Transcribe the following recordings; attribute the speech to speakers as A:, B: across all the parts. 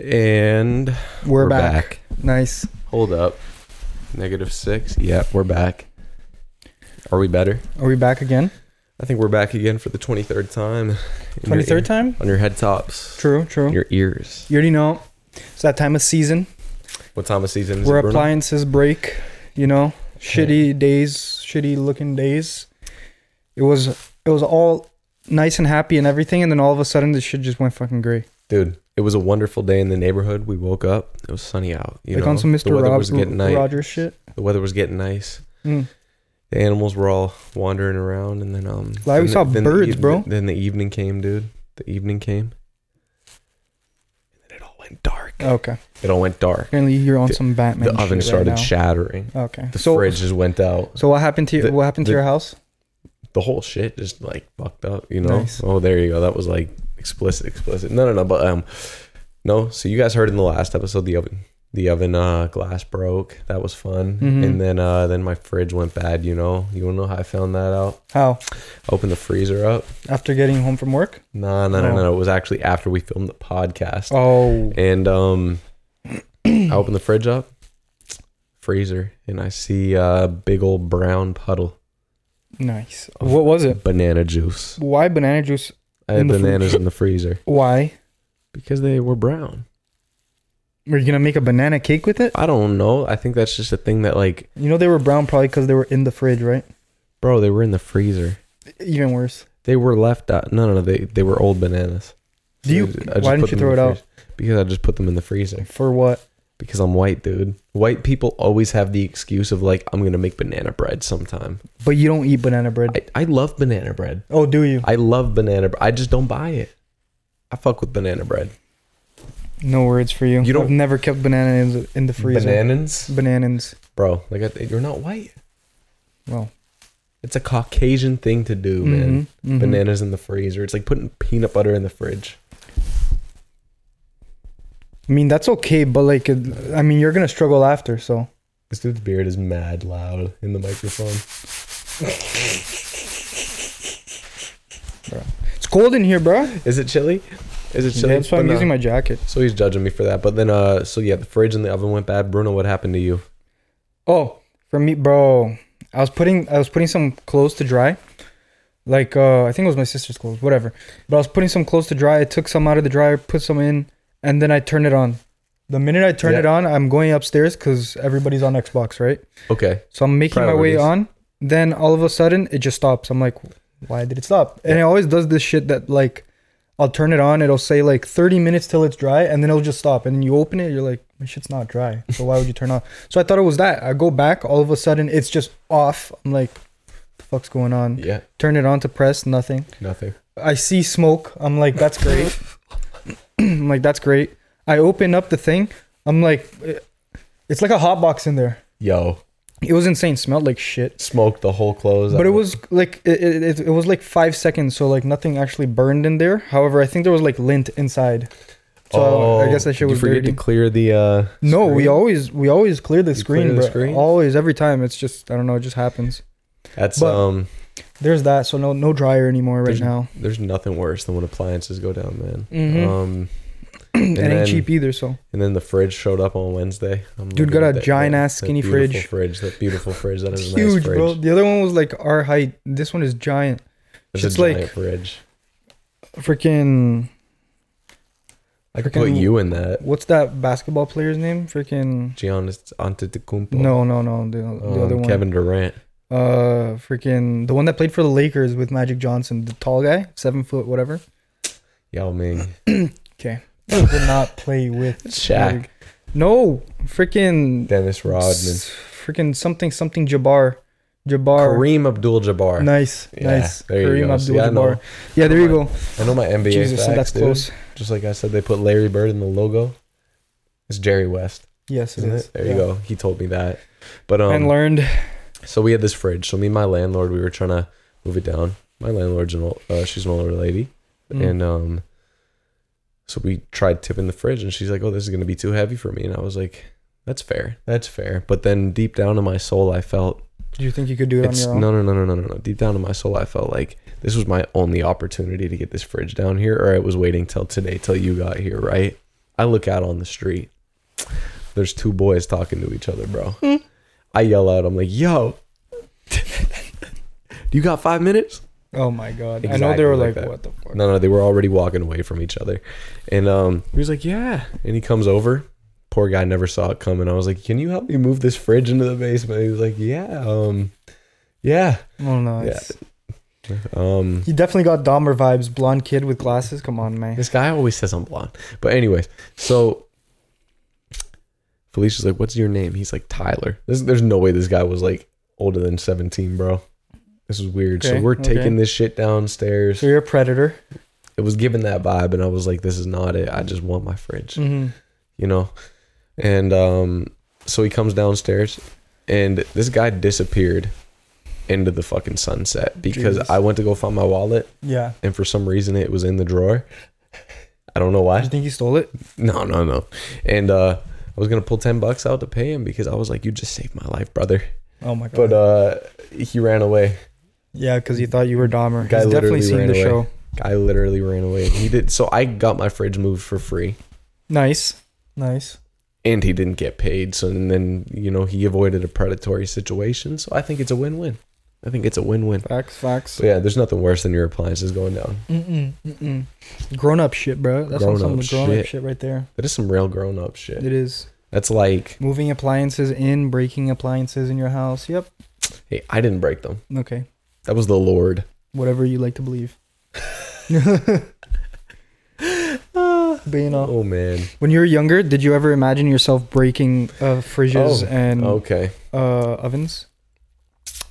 A: And
B: We're, back. Nice.
A: Hold up. Negative six. Yep, we're back. Are we better?
B: Are we back again?
A: I think we're back again for the 23rd time. In your
B: Twenty
A: ear-
B: third time.
A: On your head tops.
B: True. True.
A: In your ears.
B: You already know. It's that time of season
A: What time of season is
B: where
A: it, Bruno?
B: appliances break. You know, shitty days, shitty looking days. It was it was all nice and happy and everything, and then all of a sudden, the shit just went fucking gray.
A: Dude, it was a wonderful day in the neighborhood. We woke up. It was sunny out. You
B: like
A: know,
B: on some
A: the
B: Mister
A: weather
B: Rob,
A: was getting nice.
B: Rogers shit.
A: The weather was getting nice.
B: Mm.
A: The animals were all wandering around, and then um.
B: Like, we
A: then
B: saw
A: the- then the
B: birds,
A: eve-
B: bro.
A: Then the evening came, dude. The evening came. And then it all went dark.
B: Okay.
A: It all went dark.
B: Apparently, you're on
A: The-
B: some Batman.
A: the oven
B: shit
A: started
B: Right now.
A: shattering.
B: okay.
A: The
B: Uh, so
A: fridge just went out.
B: so what happened to your,
A: the-
B: what happened to
A: the-
B: your house?
A: The whole shit just like fucked up. You know.
B: Nice.
A: Oh, there you go. That was like explicit, explicit. No, no, no. But um, no. So you guys heard in the last episode the oven, the oven uh, glass broke. That was fun.
B: Mhm.
A: And then uh, then my fridge went bad. You know. You wanna know how I found that out?
B: How
A: Opened the freezer up.
B: after getting home from work?
A: No, no, no,
B: Oh.
A: no. It was actually after we filmed the podcast.
B: Oh.
A: And um I opened the fridge up, freezer, and I see a big old brown puddle
B: Nice. What was it?
A: banana juice.
B: Why banana juice?
A: I had
B: In the
A: bananas in the freezer
B: Why?
A: because they were brown.
B: Were you gonna make a banana cake with it?
A: I don't know. I think that's just a thing that like,
B: You know they were brown probably because they were in the fridge, right?
A: bro, they were in the freezer.
B: Even worse.
A: They were left out. No, no, no. They they were old bananas.
B: Do you- why
A: put them
B: didn't you
A: in
B: throw
A: the
B: it out?
A: freezer. Because I just put them in the freezer.
B: For what?
A: Because I'm white, dude. White people always have the excuse of like, I'm gonna make banana bread sometime.
B: But you don't eat banana bread.
A: I, I love banana bread.
B: oh, do you?
A: I love banana bread. I just don't buy it. I fuck with banana bread.
B: no words for you.
A: You
B: I've
A: don't-
B: never kept bananas in the, in the freezer.
A: Bananas,
B: Bananas.
A: bro. Like I, you're not white.
B: Well.
A: It's a Caucasian thing to do, man.
B: Mhm, mhm.
A: Bananas in the freezer. It's like putting peanut butter in the fridge.
B: I mean that's okay, but like, it, I mean you're gonna struggle after. So
A: This dude's beard is mad loud in the microphone.
B: it's cold in here, bro.
A: Is it chilly? Is it
B: So
A: chilly?
B: that's why I'm
A: But no.
B: using my jacket.
A: So he's judging me for that. But then, uh, so yeah, the fridge and the oven went bad. Bruno, what happened to you?
B: Oh, for me, bro. I was putting I was putting some clothes to dry. Like uh I think it was my sister's clothes, whatever. But I was putting some clothes to dry. I took some out of the dryer, put some in, and then I turned it on. The minute I turn
A: Yeah.
B: it on, I'm going upstairs cuz everybody's on Xbox, right?
A: Okay,
B: So I'm making my way
A: Priorities.
B: on. Then all of a sudden, it just stops. I'm like, why did it stop? And it always does this shit that like I'll turn it on, it'll say like 30 minutes till it's dry, and then it'll just stop. And you open it, you're like, my shit's not dry. So why would you turn on? So I thought it was that. I go back, all of a sudden it's just off. I'm like, the fuck's going on?
A: yeah,
B: Turn it on to press, nothing.
A: nothing.
B: I see smoke. I'm like, that's great. I'm like, that's great. I open up the thing. I'm like, it- it's like a hot box in there.
A: Yo,
B: It was insane. Smelled like shit
A: smoked the whole clothes.
B: but it was like it, it, it- it was like five seconds so like nothing actually burned in there however i think there was like lint inside so i guess that shit
A: Oh, did
B: was
A: You forget
B: dirty
A: to clear the. Uh,
B: no we
A: screen?
B: always we always clear the
A: You
B: screen,
A: clear the
B: bro.
A: screen?
B: always every time it's just i don't know it just happens
A: That's
B: But-
A: um.
B: there's that so no no dryer anymore right
A: There's-
B: now
A: There's nothing worse than when appliances go down, man.
B: Mhm.
A: Um,
B: it
A: and then-
B: ain't cheap either so
A: and then the fridge showed up on Wednesday. I'm
B: Dude
A: looking
B: got
A: at
B: a giant-ass skinny
A: beautiful
B: fridge.
A: fridge. That beautiful fridge. That is
B: it's
A: a nice
B: huge
A: fridge.
B: bro the other one was like our height this one is giant
A: It's a
B: Shit's
A: giant
B: like-
A: fridge.
B: freaking
A: I could put
B: freaking-
A: you in that.
B: what's that basketball player's name freaking
A: Giannis Antetokounmpo.
B: no no no the,
A: Um,
B: the other one
A: Kevin Durant.
B: Uh, freaking the one that played for the Lakers with Magic Johnson, the tall guy, seven foot, whatever.
A: Yao Ming.
B: Okay, did not play with
A: Shaq.
B: No, freaking
A: Dennis Rodman.
B: s- freaking something something Jabbar, Jabbar.
A: Kareem Abdul-Jabbar.
B: Nice,
A: Yeah,
B: nice.
A: there you
B: Kareem
A: go. See, I
B: Abdul-Jabbar.
A: know.
B: Yeah, there you go.
A: I know my NBA
B: Jesus,
A: facts,
B: that's
A: dude.
B: close.
A: Just like I said, they put Larry Bird in the logo. It's Jerry West,
B: Yes, it
A: isn't
B: is.
A: it? There
B: Yeah.
A: you go. He told me that. But um,
B: and learned.
A: So we had this fridge. So me and my landlord, we were trying to move it down. My landlord's an old, uh, she's an older lady,
B: Mm.
A: and um, so we tried tipping the fridge, and she's like, "Oh, this is gonna be too heavy for me," and I was like, "That's fair, that's fair." But then deep down in my soul, I felt
B: Do you think you could do it on
A: it's
B: your
A: no,
B: own?
A: no, no, no, no, no, no. Deep down in my soul, I felt like this was my only opportunity to get this fridge down here, or I was waiting till today, till you got here, right? I look out on the street. There's two boys talking to each other, bro.
B: Hmm?
A: I yell out, I'm like, yo, you got five minutes?
B: Oh my god. I know they were like,
A: Exactly like that.
B: what the fuck?
A: No, no, they were already walking away from each other. And um, he was like, yeah. And he comes over. Poor guy never saw it coming. I was like, can you help me move this fridge into the basement? He was like, yeah, um, yeah.
B: Oh no.
A: Yeah.
B: it's-
A: Um,
B: He definitely got Dahmer vibes. Blonde kid with glasses. Come on, man.
A: This guy always says I'm blonde. But anyways, so Felicia's like, "What's your name?" He's like, "Tyler." This, there's no way this guy was like older than 17, bro. This is weird.
B: Okay,
A: so we're taking
B: okay.
A: this shit downstairs.
B: So you're a predator.
A: It was given that vibe, and I was like, "This is not it. I just want my fridge,"
B: Mm-hmm.
A: you know. And um, so he comes downstairs, and this guy disappeared into the fucking sunset because
B: Jesus.
A: I went to go find my wallet,
B: Yeah.
A: and for some reason it was in the drawer. I don't know why.
B: I think he stole it.
A: No, no, no. And uh, I was gonna pull ten bucks out to pay him because I was like, "You just saved my life, brother."
B: Oh my god.
A: But uh, he ran away.
B: yeah, because he thought you were Dahmer.
A: Guy
B: He's definitely
A: literally
B: seen
A: ran
B: the
A: away.
B: show.
A: Guy literally ran away. He did. So I got my fridge moved for free,
B: Nice. Nice.
A: and he didn't get paid. So and then you know he avoided a predatory situation. So I think it's a win-win. I think it's a win-win.
B: Facts, facts.
A: So yeah, there's nothing worse than your appliances going down.
B: Mm-mm, mm-mm. Grown up shit, bro. That's on some
A: Grown-up
B: of the grown up
A: shit.
B: shit right there.
A: That is some real grown-up shit.
B: It is.
A: That's like,
B: Moving appliances in, breaking appliances in your house. Yep.
A: hey, I didn't break them.
B: Okay.
A: That was the Lord.
B: Whatever you like to believe. but you know,
A: Oh man.
B: when you were younger, did you ever imagine yourself breaking uh, fridges
A: Oh.
B: and
A: Okay.
B: uh, ovens?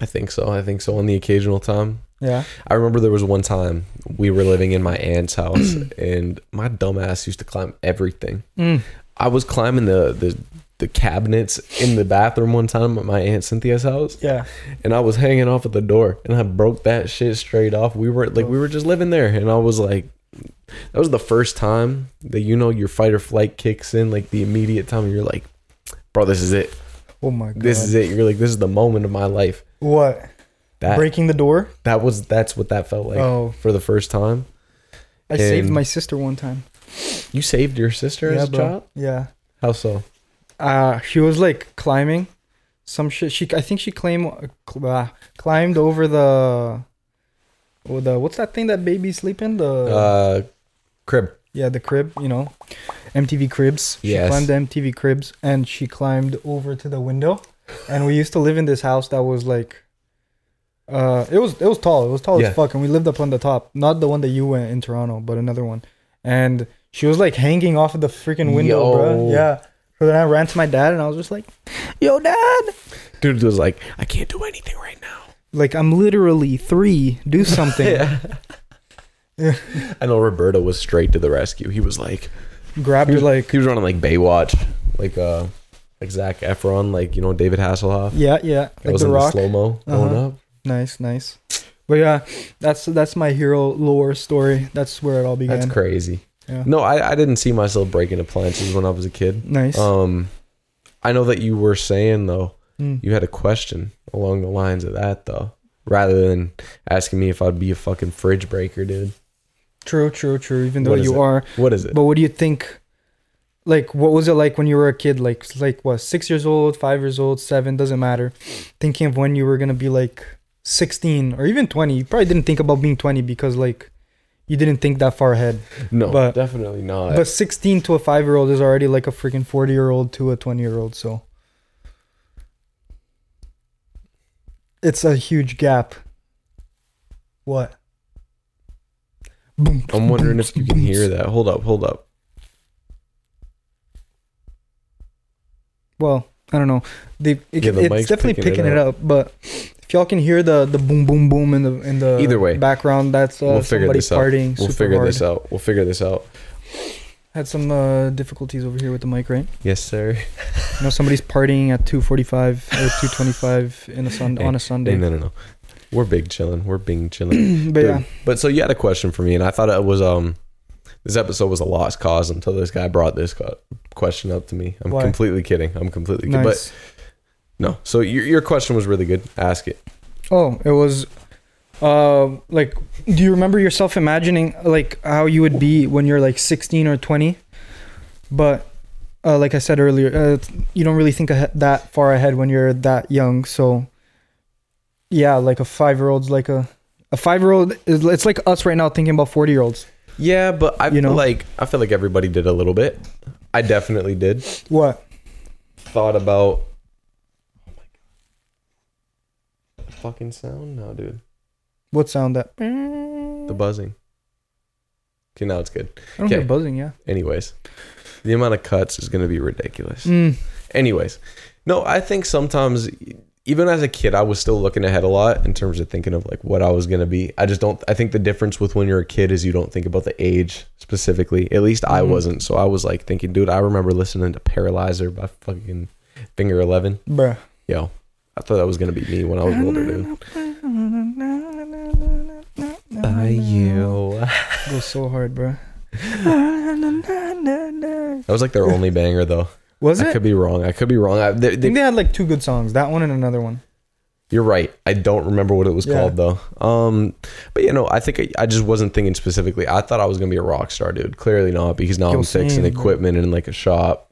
A: I think so. I think so. On the occasional time.
B: Yeah.
A: I remember there was one time we were living in my aunt's house, and my dumbass used to climb everything.
B: Mm.
A: I was climbing the the the cabinets in the bathroom one time at my aunt Cynthia's house,
B: Yeah.
A: and I was hanging off at the door, and I broke that shit straight off. We were like, we were just living there, and I was like. That was the first time that you know your fight or flight kicks in, like the immediate time you're like, "Bro, this is it.
B: Oh my god.
A: This is it." You're like, "This is the moment of my life."
B: what?
A: That
B: breaking the door?
A: that was that's what that felt like
B: oh.
A: for the first time.
B: I saved
A: and-
B: my sister one time.
A: You saved your sister as a
B: bro.
A: child?
B: Yeah.
A: How so?
B: uh she was like climbing some shit she i think she claim cl- uh, climbed over the or the what's that thing that babies sleep in the
A: Uh, crib.
B: yeah the crib you know mtv cribs she
A: Yes.
B: climbed the mtv cribs and she climbed over to the window and we used to live in this house that was like uh it was it was tall it was tall
A: Yeah.
B: as fuck and we lived up on the top not the one that you went in toronto but another one and she was like hanging off of the freaking window bro
A: Yo.
B: yeah so then i ran to my dad and i was just like yo dad
A: Dude was like, I can't do anything right now.
B: like i'm literally three do something
A: I know Roberto was straight to the rescue. He was like,
B: grabbed her like
A: he was running like Baywatch, like uh, like Zach Efron, like you know David Hasselhoff.
B: yeah yeah
A: I
B: like
A: was
B: the
A: in
B: rock
A: slow mo going
B: Uh-huh.
A: up.
B: Nice, nice. But yeah, that's that's my hero lore story. That's where it all began.
A: That's crazy.
B: Yeah.
A: No, I, I didn't see myself breaking appliances when I was a kid.
B: Nice.
A: Um, I know that you were saying though,
B: Mm.
A: you had a question along the lines of that though, rather than asking me if I'd be a fucking fridge breaker, dude.
B: True, true, true. Even though
A: What is
B: you
A: it?
B: are,
A: What is it?
B: but what do you think? Like, what was it like when you were a kid? Like, like what? Six years old, five years old, seven doesn't matter. Thinking of when you were gonna be like sixteen or even twenty. You probably didn't think about being twenty because like you didn't think that far ahead.
A: No,
B: But-
A: definitely not.
B: but sixteen to a five year old is already like a freaking forty year old to a twenty year old. So it's a huge gap. What? Boom.
A: I'm wondering if you can hear that. Hold up, hold up.
B: Well, I don't know. They, it,
A: Yeah, the
B: it's
A: mic's
B: definitely picking,
A: picking it
B: it, up. but if y'all can hear the the boom boom boom in the in the
A: Either way,
B: background, that's uh,
A: we'll figure
B: somebody
A: this out.
B: partying.
A: We'll
B: super
A: figure
B: hard.
A: this out. We'll figure this out.
B: Had some uh, difficulties over here with the mic, right?
A: Yes, sir.
B: You know, somebody's partying at two forty five or two twenty five in a sun
A: Hey,
B: on a
A: No,
B: Sunday.
A: no, no. We're big chilling. We're big chilling.
B: but yeah.
A: But so you had a question for me, and I thought it was um, this episode was a lost cause until this guy brought this co- question up to me. I'm
B: Why?
A: completely kidding. I'm completely kidding.
B: Nice.
A: But no. So your your question was really good. Ask it.
B: oh, it was uh like do you remember yourself imagining like how you would be when you're like 16 or 20? But uh, like I said earlier, uh, you don't really think ahe- that far ahead when you're that young. So yeah, like a five year old's like a a five year old is it's like us right now thinking about forty year olds.
A: Yeah, but I
B: You
A: feel
B: know?
A: like I feel like everybody did a little bit. I definitely did.
B: What?
A: Thought about. Oh my god! Fucking sound now, dude.
B: What sound that?
A: The buzzing. Okay, now it's good.
B: I don't
A: Okay.
B: hear buzzing. Yeah.
A: Anyways, the amount of cuts is gonna be ridiculous.
B: Mm,
A: Anyways, no, I think sometimes even as a kid, I was still looking ahead a lot in terms of thinking of like what I was gonna be. I just don't. I think the difference with when you're a kid is you don't think about the age specifically. At least I
B: Mhm.
A: wasn't. So I was like thinking, dude, I remember listening to Paralyzer by fucking Finger Eleven.
B: bruh.
A: Yo, I thought that was gonna be me when I was older, dude. By you.
B: Go so hard, bruh.
A: That was like their only banger though.
B: Was
A: I
B: it?
A: could be wrong. I could be wrong. I, they,
B: I
A: they
B: think they had like two good songs. That one and another one.
A: You're right. I don't remember what it was
B: Yeah.
A: called though. Um, but you know, I think I, I just wasn't thinking specifically. I thought I was gonna be a rock star, dude. Clearly not, because now
B: Yo,
A: I'm fixing
B: same.
A: equipment in like a shop,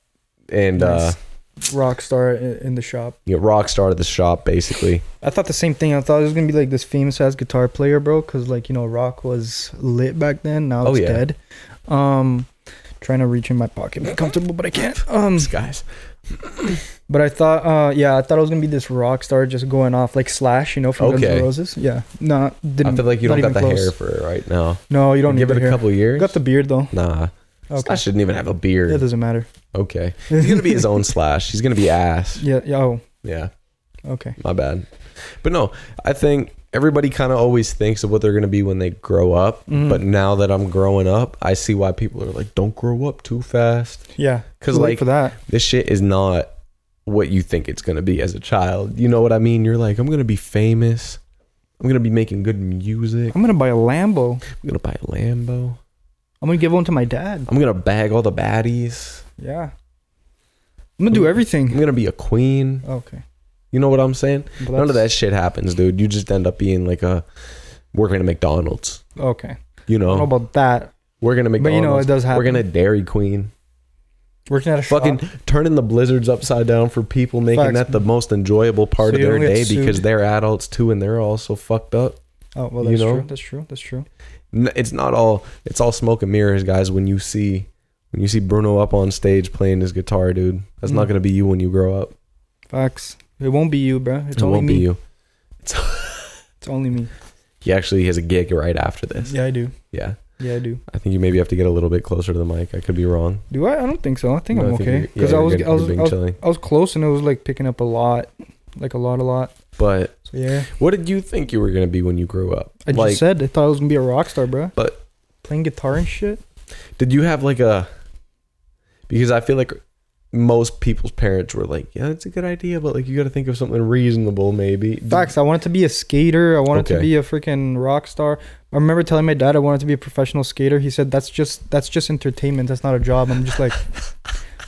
A: and uh,
B: Nice. Rock star in, in the shop.
A: you know, rock star at the shop basically.
B: I thought the same thing. I thought it was gonna be like this famous ass guitar player, bro, because like you know, rock was lit back then. Now
A: Oh,
B: it's
A: yeah.
B: dead. Um, trying to reach in my pocket, I'm comfortable, but I can't. Um,
A: Guys,
B: but I thought, uh, yeah, I thought it was gonna be this rock star just going off like Slash, you know, from Guns
A: Okay.
B: N' Roses. Yeah, no,
A: I
B: didn't.
A: feel like you
B: not
A: don't got
B: even
A: the
B: close.
A: hair for it right now.
B: No, you don't
A: give
B: need
A: it a
B: the hair.
A: couple years.
B: Got the beard though.
A: nah,
B: Okay.
A: I shouldn't even have a beard.
B: It doesn't matter.
A: okay, he's gonna be his own slash. He's gonna be ass.
B: Yeah. Yeah. Oh.
A: Yeah.
B: Okay.
A: my bad. But no, I think everybody kind of always thinks of what they're going to be when they grow up.
B: Mhm.
A: But now that I'm growing up, I see why people are like, don't grow up too fast.
B: Yeah.
A: 'Cause,
B: Too late
A: like,
B: for that.
A: This shit is not what you think it's going to be as a child. You know what I mean? You're like, I'm going to be famous. I'm going to be making good music.
B: I'm gonna buy a Lambo.
A: I'm going to buy a Lambo.
B: I'm gonna give one to my dad.
A: I'm going to bag all the baddies.
B: Yeah. I'm gonna do
A: I'm
B: everything.
A: going to be a queen.
B: Okay.
A: You know what I'm saying?
B: But
A: None of
B: that's-
A: that shit happens, dude. You just end up being like a working at McDonald's.
B: Okay.
A: You
B: I
A: know,
B: don't know about that.
A: we're gonna
B: But
A: McDonald's.
B: you know, it does happen.
A: We're gonna Dairy Queen.
B: working at a
A: Fucking
B: shop.
A: turning the blizzards upside down for people, making
B: Facts.
A: that the most enjoyable part
B: So
A: of
B: you
A: their
B: don't get
A: day because
B: sued.
A: they're adults too and they're all so fucked up.
B: Oh well,
A: you
B: that's
A: know?
B: true. That's true. That's true.
A: N- It's not all. It's all smoke and mirrors, guys. When you see, when you see Bruno up on stage playing his guitar, dude, that's not
B: Mm.
A: gonna be you when you grow up.
B: Facts. It won't be you, bro. It's
A: it
B: only
A: won't
B: me.
A: be you.
B: It's only me.
A: He actually has a gig right after this.
B: Yeah, I do.
A: Yeah,
B: Yeah, I do.
A: I think you maybe have to get a little bit closer to the mic. I could be wrong.
B: Do I? I don't think so. I think
A: No,
B: I'm okay.
A: you're- yeah,
B: Because I
A: you're
B: was,
A: good.
B: I
A: You're
B: was, I
A: being
B: was,
A: chilly.
B: I was close, and it was like picking up a lot, like a lot, a lot.
A: But
B: So yeah,
A: what did you think you were gonna be when you grew up?
B: I just said I thought I was gonna be a rock star, bro.
A: But-
B: playing guitar and shit.
A: Did you have like a? Because I feel like most people's parents were like, "Yeah, that's a good idea, but like you got to think of something reasonable, maybe." Did-
B: Facts. I wanted to be a skater. I wanted to
A: Okay.
B: be a freaking rock star. I remember telling my dad I wanted to be a professional skater. He said, "That's just that's just entertainment. That's not a job." I'm just like,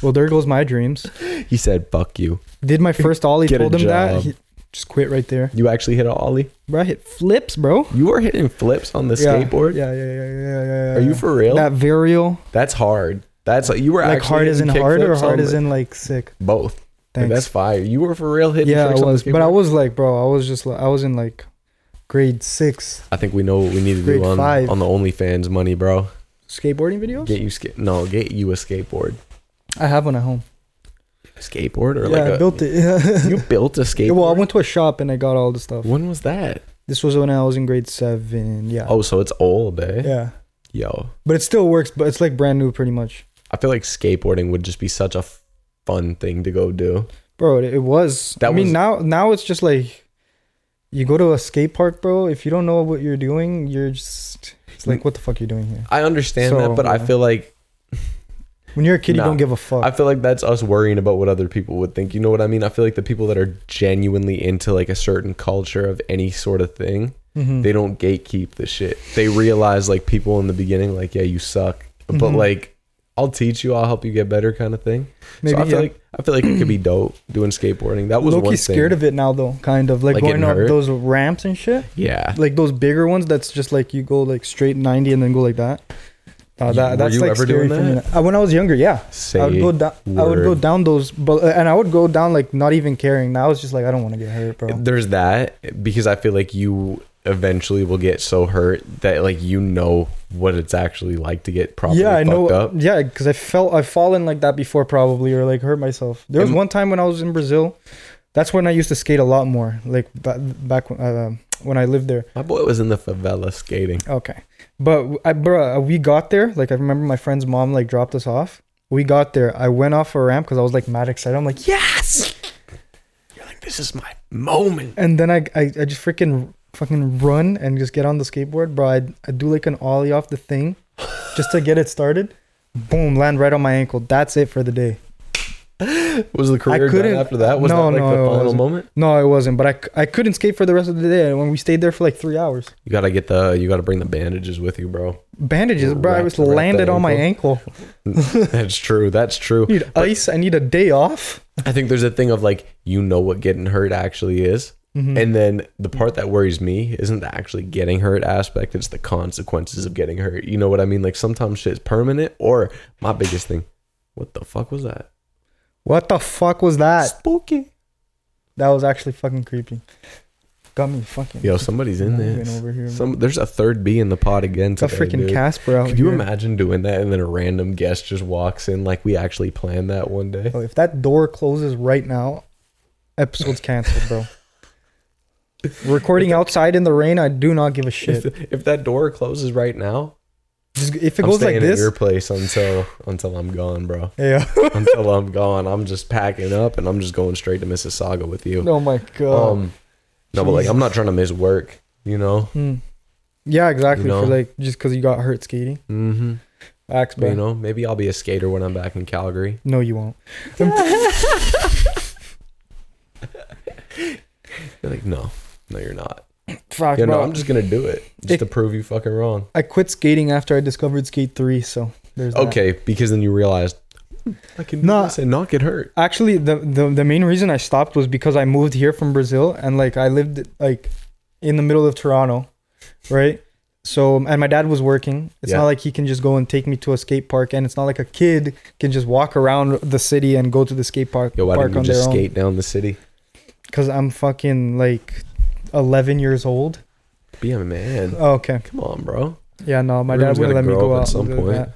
B: "Well, there goes my dreams."
A: He said, "Fuck you."
B: Did my first ollie.
A: Get a
B: told him that.
A: job.
B: He just quit right there.
A: You actually hit an ollie.
B: Bro, I hit flips, bro.
A: You were hitting flips on the
B: Yeah,
A: skateboard.
B: Yeah, yeah, yeah, yeah, yeah. yeah,
A: Are you
B: yeah.
A: for real?
B: that varial?
A: that's hard. That's like you were
B: Like
A: actually
B: hard as in
A: hitting
B: hard or
A: kickflips
B: hard
A: on
B: as
A: the-
B: in like sick.
A: both. Like,
B: Thanks.
A: that's fire. You were for real hitting.
B: yeah, I
A: tricks on the
B: was, but I
A: skateboard?
B: was like, bro, I was just like, I was in like grade six
A: I think we know what we need to do
B: Grade
A: on
B: five.
A: on the OnlyFans money, bro.
B: skateboarding videos.
A: Get you skate. No, get you a skateboard.
B: I have one at home.
A: Skateboard or
B: yeah,
A: like
B: I
A: a,
B: built it.
A: You built a
B: Yeah,
A: skateboard.
B: well, I went to a shop and I got all the stuff.
A: when was that?
B: This was when I was in grade seven. Yeah.
A: Oh, so it's old, eh?
B: Yeah.
A: Yo,
B: But it still works, but it's like brand new pretty much.
A: I feel like skateboarding would just be such a f- fun thing to go do.
B: Bro, it, it was.
A: That
B: I mean,
A: was-
B: now now it's just like you go to a skate park, bro. If you don't know what you're doing, you're just it's like what the fuck you're doing here.
A: I understand that,
B: So,
A: but I
B: yeah.
A: feel like
B: When you're a kid,
A: Nah.
B: you don't give a fuck.
A: I feel like that's us worrying about what other people would think. You know what I mean? I feel like the people that are genuinely into like a certain culture of any sort of thing,
B: Mhm.
A: they don't gatekeep the shit. They realize like people in the beginning, like, yeah, you suck, but
B: Mhm.
A: like, I'll teach you, I'll help you get better, kind of thing.
B: Maybe
A: so I feel
B: yeah.
A: like I feel like it could be dope doing skateboarding. That was one
B: Loki's
A: thing.
B: scared of it now though, kind of like,
A: Like
B: going
A: getting
B: up
A: hurt?
B: those ramps and shit,
A: yeah,
B: like those bigger ones. That's just like you go like straight ninety and then go like that. No,
A: You-
B: that,
A: were
B: that's
A: you
B: like
A: ever
B: scary
A: doing
B: for me. now. Uh, when I was younger, yeah,
A: Say
B: I would go down. I would go
A: word.
B: down those, but and I would go down like not even caring. Now I was just like, I don't want to get hurt, bro.
A: There's that because I feel like you eventually will get so hurt that like you know what it's actually like to get properly
B: yeah, I
A: fucked
B: know.
A: up.
B: Yeah, because I felt I've fallen like that before, probably, or like hurt myself. There was
A: And-
B: one time when I was in Brazil. That's when I used to skate a lot more, like ba- back when, uh, when I lived there.
A: My boy was in the favela skating.
B: Okay, but I, bro, we got there. Like I remember my friend's mom like dropped us off. We got there. I went off a ramp because I was like mad excited. I'm like,
A: Yes. You're like, this is my moment.
B: and then I, I I just freaking fucking run and just get on the skateboard, bro. I I do like an ollie off the thing, just to get it started. Boom, land right on my ankle. That's it for the day.
A: Was the career done
B: couldn't-
A: after that? Was
B: No,
A: that like
B: no,
A: the
B: it
A: final
B: wasn't.
A: moment?
B: No, it wasn't. But I, c- I couldn't skate for the rest of the day. When we stayed there for like three hours,
A: You gotta get the. You gotta bring the bandages with you, bro.
B: bandages, bro. I
A: Wrapped
B: was
A: around the
B: landed on my ankle.
A: That's true. That's true.
B: I need ice. I need a day off.
A: I think there's a thing of like you know what getting hurt actually is.
B: Mm-hmm.
A: And then the part that worries me isn't the actually getting hurt aspect, it's the consequences of getting hurt. You know what I mean? Like sometimes shit's permanent or my biggest thing, what the fuck was that?
B: What the fuck was that?
A: Spooky.
B: That was actually fucking creepy. Got me fucking.
A: Yo, somebody's in
B: Moving
A: this.
B: over here,
A: Some there's a third B in the pot again
B: it's a
A: today.
B: freaking
A: dude.
B: Casper out
A: Could you
B: here.
A: imagine doing that and then a random guest just walks in like we actually planned that one day?
B: Yo, if that door closes right now, episode's canceled, bro. Recording outside in the rain, I do not give a
A: If,
B: shit.
A: if that door closes right now,
B: Just if it
A: I'm
B: goes
A: staying
B: like
A: at
B: this,
A: your place until until I'm gone, bro.
B: yeah.
A: until I'm gone. I'm just packing up and I'm just going straight to Mississauga with you.
B: oh my god.
A: um, no, but like I'm not trying to miss work. You know.
B: Hmm. Yeah, exactly.
A: You know?
B: For like just because you got hurt skating,
A: Mm-hmm.
B: axe,
A: But
B: bro.
A: you know, maybe I'll be a skater when I'm back in Calgary.
B: No, you won't.
A: You're like, no, no, you're not.
B: Fuck,
A: You know,
B: bro.
A: I'm just gonna do it just
B: It-
A: to prove you fucking wrong.
B: I quit skating after I discovered Skate Three. So there's that.
A: Okay, because then you realized "Hmm, I can do
B: Nah.
A: this and not get hurt.
B: Actually, the, the the main reason I stopped was because I moved here from Brazil and like I lived like in the middle of Toronto, right? So and my dad was working. It's
A: Yeah.
B: not like he can just go and take me to a skate park, and it's not like a kid can just walk around the city and go to the skate park
A: Yo, why
B: park
A: don't you
B: on their
A: just
B: own.
A: skate down the city?
B: Because I'm fucking like 11 years old. Oh,
A: Be a man.
B: Okay.
A: Come on, bro.
B: Yeah, no, my
A: Everyone's
B: dad wouldn't
A: gotta
B: let me
A: grow
B: go
A: up at
B: out
A: some
B: some
A: point.
B: That.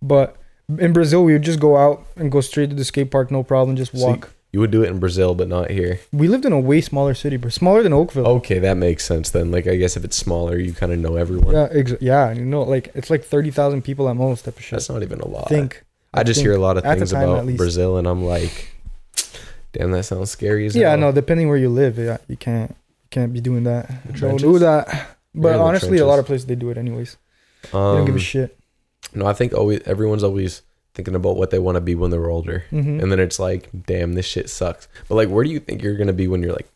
B: But in Brazil, we would just go out and go straight to the skate park, no problem, just
A: So
B: walk.
A: You would do it in Brazil, but not here.
B: we lived in a way smaller city, but smaller than Oakville.
A: Okay, that makes sense then. Like, I guess if it's smaller, you kind of know everyone.
B: Yeah, ex- yeah, you know, like it's like thirty thousand people at most. Type of shit.
A: That's not even a lot.
B: think.
A: I just
B: think.
A: hear a lot of
B: At the
A: things
B: time, at
A: about
B: least.
A: Brazil, and I'm like, damn, that sounds scary as
B: Yeah,
A: hell.
B: no. Depending where you live, yeah, you can't you can't be doing that. Don't do
A: trenches.
B: that.
A: You're in
B: But
A: the
B: honestly, a
A: trenches.
B: lot of places they do it anyways. They
A: Um,
B: don't give a shit.
A: no, I think always everyone's always thinking about what they want to be when they're older,
B: hmm
A: and then it's like, damn, this shit sucks. But like, where do you think you're gonna be when you're like,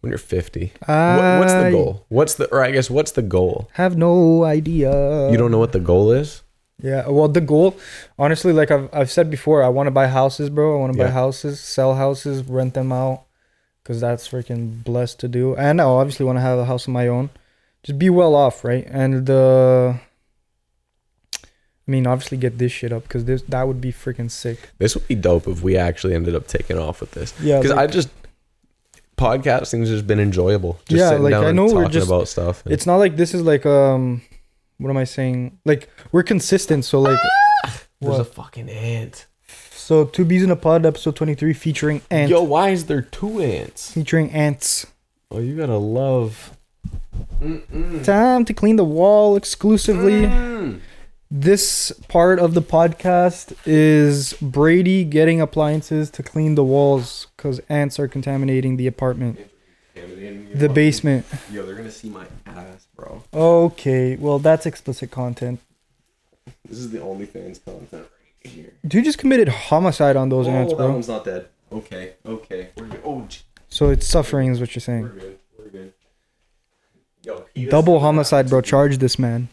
A: when you're 50? what, what's the
B: I
A: goal? What's the, or I guess, what's the goal?
B: Have no idea.
A: You don't know what the goal is.
B: Yeah. Well, the goal, honestly, like I've I've said before, I want to buy houses, bro. I want to
A: Yeah.
B: buy houses, sell houses, rent them out, cause that's freaking blessed to do. And I obviously want to have a house of my own. Just be well off, right? And uh, I mean, obviously, get this shit up, cause this that would be freaking sick.
A: This would be dope if we actually ended up taking off with this,
B: Yeah.
A: because
B: like,
A: I just podcasting's just been enjoyable. Just
B: Yeah,
A: sitting
B: like,
A: down
B: I
A: and
B: know we're
A: talking
B: just-
A: about stuff. and-
B: it's not like this is like um, what am I saying? Like we're consistent, so like.
A: there's a
B: What?
A: fucking ant.
B: So two bees in a pod, episode twenty three, featuring ants,
A: Yo, why is there two ants?
B: featuring ants.
A: Oh, you gotta love.
B: Time to clean the wall exclusively. This part of the podcast is Brady getting appliances to clean the walls because ants are contaminating the apartment, the basement.
A: Yo, they're gonna see my ass, bro.
B: Okay, well, that's explicit content.
A: This is the OnlyFans content right here. Oh,
B: Dude just committed homicide on those ants, bro.
A: not dead. Okay, okay. We're good. Oh, gee,
B: So it's suffering, is what you're saying.
A: good. We're good.
B: Double homicide, bro. Charge this man.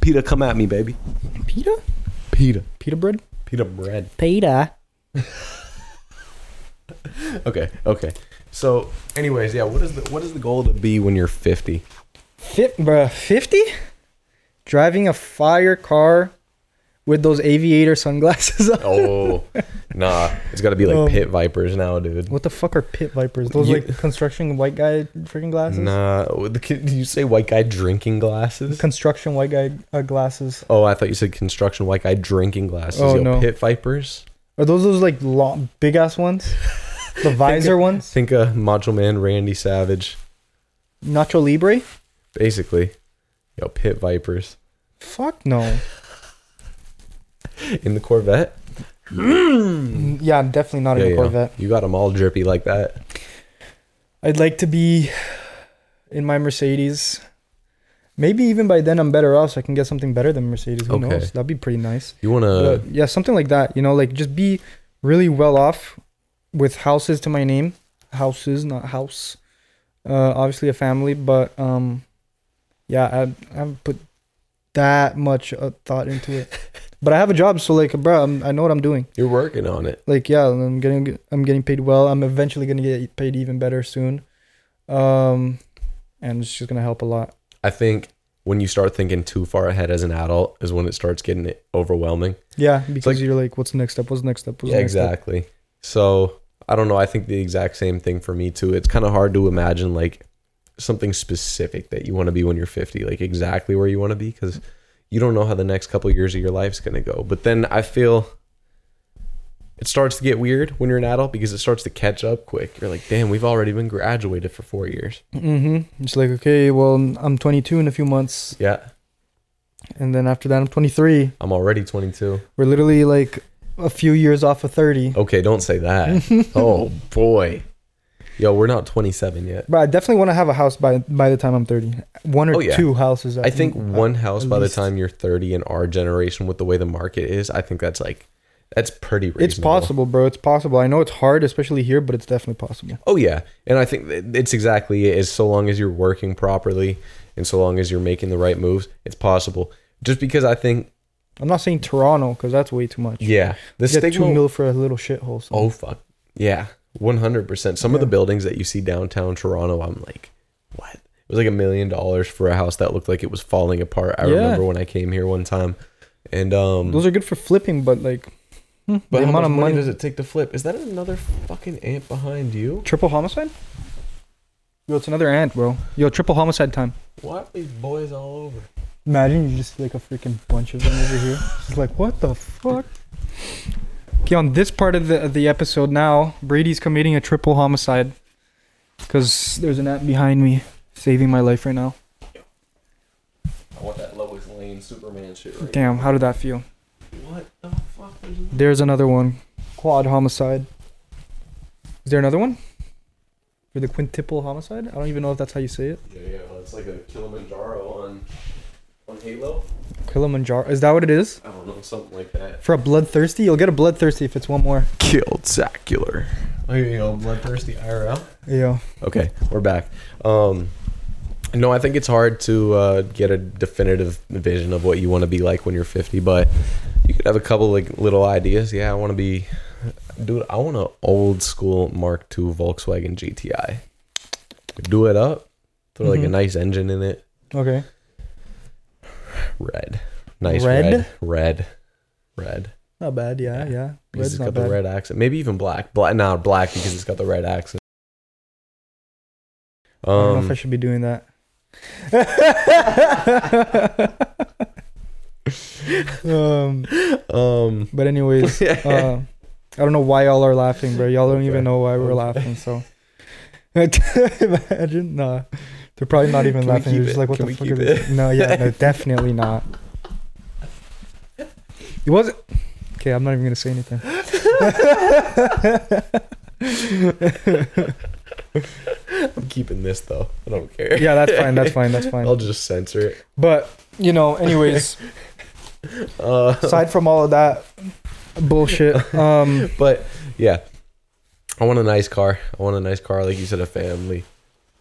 A: Peta, come at me, baby.
B: Pita?
A: Peta.
B: Pita bread?
A: Peta bread.
B: Pita.
A: Okay, okay. So, anyways, yeah. What is the what is the goal to be when you're 50?
B: Fit, bro. 50? driving a fire car with those aviator sunglasses on.
A: Oh, nah. It's got to be like
B: Um,
A: pit vipers now, dude.
B: What the fuck are pit vipers? Those
A: You-
B: like construction white guy freaking glasses?
A: Nah. what the- Did you say white guy drinking glasses?
B: Construction white guy uh, glasses.
A: Oh, I thought you said construction white guy drinking glasses.
B: Oh,
A: Yo,
B: no.
A: Pit vipers.
B: Are those those like long, big ass ones? The visor ones?
A: Think of Macho Man Randy Savage,
B: Nacho Libre?
A: basically. Yo, pit vipers
B: Fuck no.
A: in the Corvette.
B: Yeah, I'm definitely not
A: Hmm. Yeah,
B: in a
A: yeah.
B: Corvette.
A: You got them all drippy like that.
B: I'd like to be in my Mercedes. Maybe even by then I'm better off, so I can get something better than Mercedes. Who
A: Okay.
B: knows? That'd be pretty nice.
A: You wanna?
B: But, yeah, something like that. You know, like just be really well off with houses to my name. Houses, not house. Uh, obviously a family, but um, yeah, I, I haven't put that much uh, thought into it. but I have a job, so like, bro, I'm, I know what I'm doing.
A: You're working on it.
B: Like, yeah, I'm getting I'm getting paid well. I'm eventually gonna get paid even better soon. Um, and it's just gonna help a lot.
A: I think when you start thinking too far ahead as an adult is when it starts getting overwhelming.
B: Yeah, because
A: like-
B: you're like, what's the next step? What's the next step? What's
A: Yeah,
B: the next step?
A: exactly. So I don't know. I think the exact same thing for me too. It's kind of hard to imagine like something specific that you want to be when you're 50, like exactly where you want to be, because you don't know how the next couple years of your life's gonna go. But then I feel it starts to get weird when you're an adult because it starts to catch up quick. You're like, damn, we've already been graduated for four years.
B: Mm-hmm. It's like, okay, well, I'm 22 in a few months,
A: Yeah,
B: and then after that, I'm 23.
A: I'm already 22.
B: We're literally like a few years off of 30.
A: Okay, don't say that. oh boy, yo, we're not 27 yet.
B: But I definitely want to have a house by by the time I'm 30. One or
A: Oh, yeah.
B: two houses.
A: I think
B: mm,
A: one house
B: at
A: by
B: least-
A: the time you're 30 in our generation with the way the market is, I think that's like that's pretty reasonable.
B: It's possible, bro. It's possible. I know it's hard, especially here, but it's definitely possible.
A: Oh yeah, and I think that it's exactly it. Is so long as you're working properly and so long as you're making the right moves, it's possible. Just because I think
B: I'm not saying Toronto because that's way too much.
A: yeah, the
B: You get two
A: stigma.
B: mil for a little shithole. So.
A: oh fuck yeah, 100. percent Some of the
B: Yeah.
A: buildings that you see downtown Toronto, I'm like, what? It was like a million dollars for a house that looked like it was falling apart. I
B: Yeah.
A: remember when I came here one time, and um,
B: Those are good for flipping, but like, hmm,
A: But
B: the
A: how much
B: amount of
A: money,
B: money,
A: does it take to flip? Is that another fucking amp behind you?
B: triple homicide. Yo, it's another ant, bro. Yo, triple homicide time.
A: Why are these boys all over?
B: Imagine you just see like a freaking bunch of them over here. It's like, what the fuck? Okay, on this part of the of the episode now, Brady's committing a triple homicide because there's an ant behind me, saving my life right now.
A: I want that Lois Lane Superman shit right
B: Damn, how did that feel?
A: What the fuck is that?
B: There's another one, quad homicide. Is there another one? For the quintuple homicide? I don't even know if that's how you say it.
A: Yeah, yeah, well, it's like a Kilimanjaro on on Halo.
B: Kilimanjaro. Is that what it is?
A: I don't know, something like that.
B: For a bloodthirsty, you'll get a bloodthirsty if it's one more.
A: Killed Sacular. Oh, here you go, bloodthirsty IRL.
B: Yeah.
A: Okay, we're back. Um, no, I think it's hard to uh, get a definitive vision of what you want to be like when you're 50, but you could have a couple like little ideas. Yeah, I want to be, dude. I want an old school Mark II Volkswagen GTI. Do it up, throw like a
B: Mhm.
A: nice engine in it.
B: Okay.
A: Red, nice
B: Red?
A: red, red, red.
B: Not bad. Yeah.
A: Yeah.
B: Yeah.
A: Because
B: Red's
A: it's got
B: not
A: the
B: bad.
A: red accent. Maybe even black. Black, not black because it's got the red accent. Um,
B: I don't know if I should be doing that. um,
A: um,
B: but anyways, uh, I don't know why y'all are laughing, bro. Y'all don't even know why we're
A: Okay.
B: laughing. So imagine, nah, they're probably not even
A: Can we
B: laughing. They're
A: keep
B: just
A: it?
B: like, what
A: Can
B: the
A: we
B: fuck?
A: keep
B: Are they? No, yeah, no, definitely not. It wasn't. Okay, I'm not even gonna say anything.
A: I'm keeping this though. I don't care.
B: Yeah, that's fine. That's fine. That's fine.
A: I'll just censor it.
B: But you know, anyways,
A: Uh,
B: aside from all of that bullshit, um,
A: but yeah, I want a nice car. I want a nice car, like you said, a family,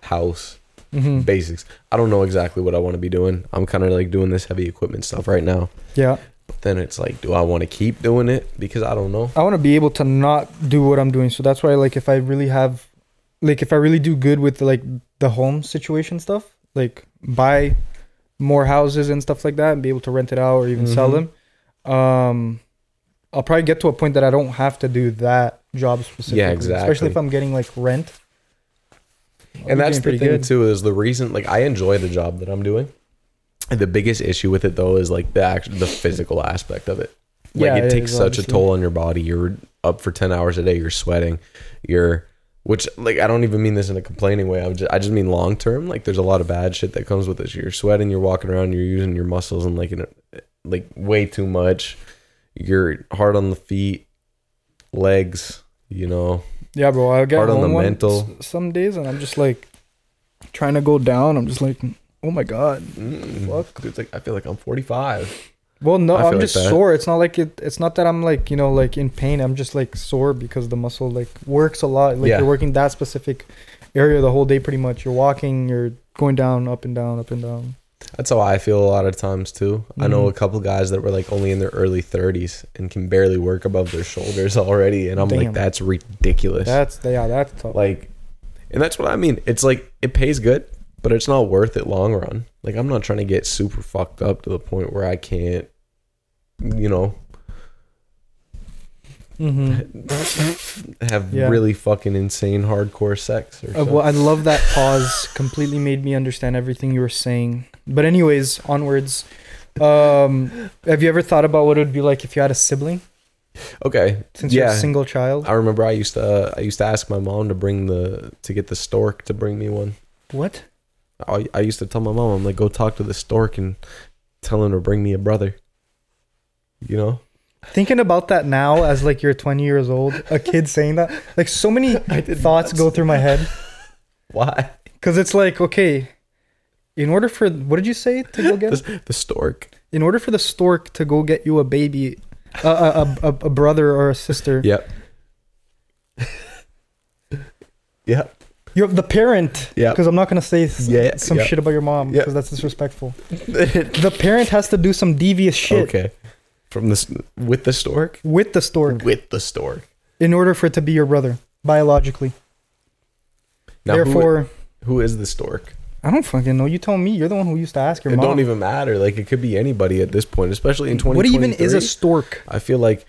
A: house,
B: mhm.
A: basics. I don't know exactly what I want to be doing. I'm kind of like doing this heavy equipment stuff right now.
B: yeah,
A: But then it's like, do I want to keep doing it? Because I don't know.
B: I want to be able to not do what I'm doing. So that's why, like, if I really have, like, if I really do good with like the home situation stuff, like buy more houses and stuff like that and be able to rent it out or even sell
A: Mm-hmm.
B: them. Um, I'll probably get to a point that I don't have to do that job specifically. Especially
A: exactly.
B: if I'm getting like rent. I'll be
A: and that's
B: doing
A: the
B: pretty
A: thing too is the reason like I enjoy the job that I'm doing. And the biggest issue with it though is like the act- the physical aspect of it. Like
B: Yeah,
A: it
B: it
A: takes
B: is,
A: such a
B: obviously.
A: toll on your body. You're up for ten hours a day. You're sweating. You're which like I don't even mean this in a complaining way. I'm just I just mean long term. Like there's a lot of bad shit that comes with this. You're sweating. You're walking around. You're using your muscles and like in a, like way too much. You're hard on the feet, legs. You know.
B: Yeah, bro. I get
A: Part on
B: home
A: the
B: one-
A: mental.
B: s- some days, and I'm just like trying to go down. I'm just like, oh my god.
A: Mm,
B: Fuck.
A: It's like I feel like I'm 45.
B: Well, no,
A: I feel
B: I'm
A: like
B: just
A: that.
B: sore. It's not like it. It's not that I'm like you know like in pain. I'm just like sore because the muscle like works a lot. Like
A: Yeah.
B: you're working that specific area the whole day pretty much. You're walking. You're going down, up and down, up and down.
A: That's how I feel a lot of times too. I know
B: Mhm.
A: a couple guys that were like only in their early 30s and can barely work above their shoulders already, and I'm
B: Damn.
A: like, that's ridiculous.
B: That's yeah, that's tough.
A: like, and that's what I mean. It's like it pays good, but it's not worth it long run. Like I'm not trying to get super fucked up to the point where I can't, you know,
B: hmm
A: have
B: Yeah.
A: really fucking insane hardcore sex or
B: Uh,
A: something.
B: well, I love that pause. Completely made me understand everything you were saying. But anyways, onwards. Um, have you ever thought about what it would be like if you had a sibling?
A: okay,
B: Since
A: yeah. Uh,
B: you're a single child.
A: I remember I used to uh, I used to ask my mom to bring the to get the stork to bring me one.
B: What?
A: I, I used to tell my mom, I'm like, go talk to the stork and tell him to bring me a brother. You know?
B: Thinking about that now, as like you're 20 years old, a kid saying that, like so many thoughts go through my head.
A: Why?
B: Because it's like, okay, in order for what did you say to go get?
A: The, the stork.
B: In order for the stork to go get you a baby, a a, a, a brother or a sister,
A: Yep. yep.
B: you're the parent.
A: Yep.
B: Because I'm not gonna say s-
A: Yeah,
B: some
A: yeah.
B: shit about your mom
A: Yeah.
B: because that's disrespectful. The parent has to do some devious shit
A: okay. From this with the stork?
B: with the stork
A: With the stork.
B: in order for it to be your brother biologically.
A: Now,
B: Therefore,
A: who, who is the stork?
B: I don't fucking know. You tell me. You're the one who used to ask your
A: It
B: mom.
A: don't even matter. Like it could be anybody at this point, especially in 2023.
B: What even is a stork?
A: I feel like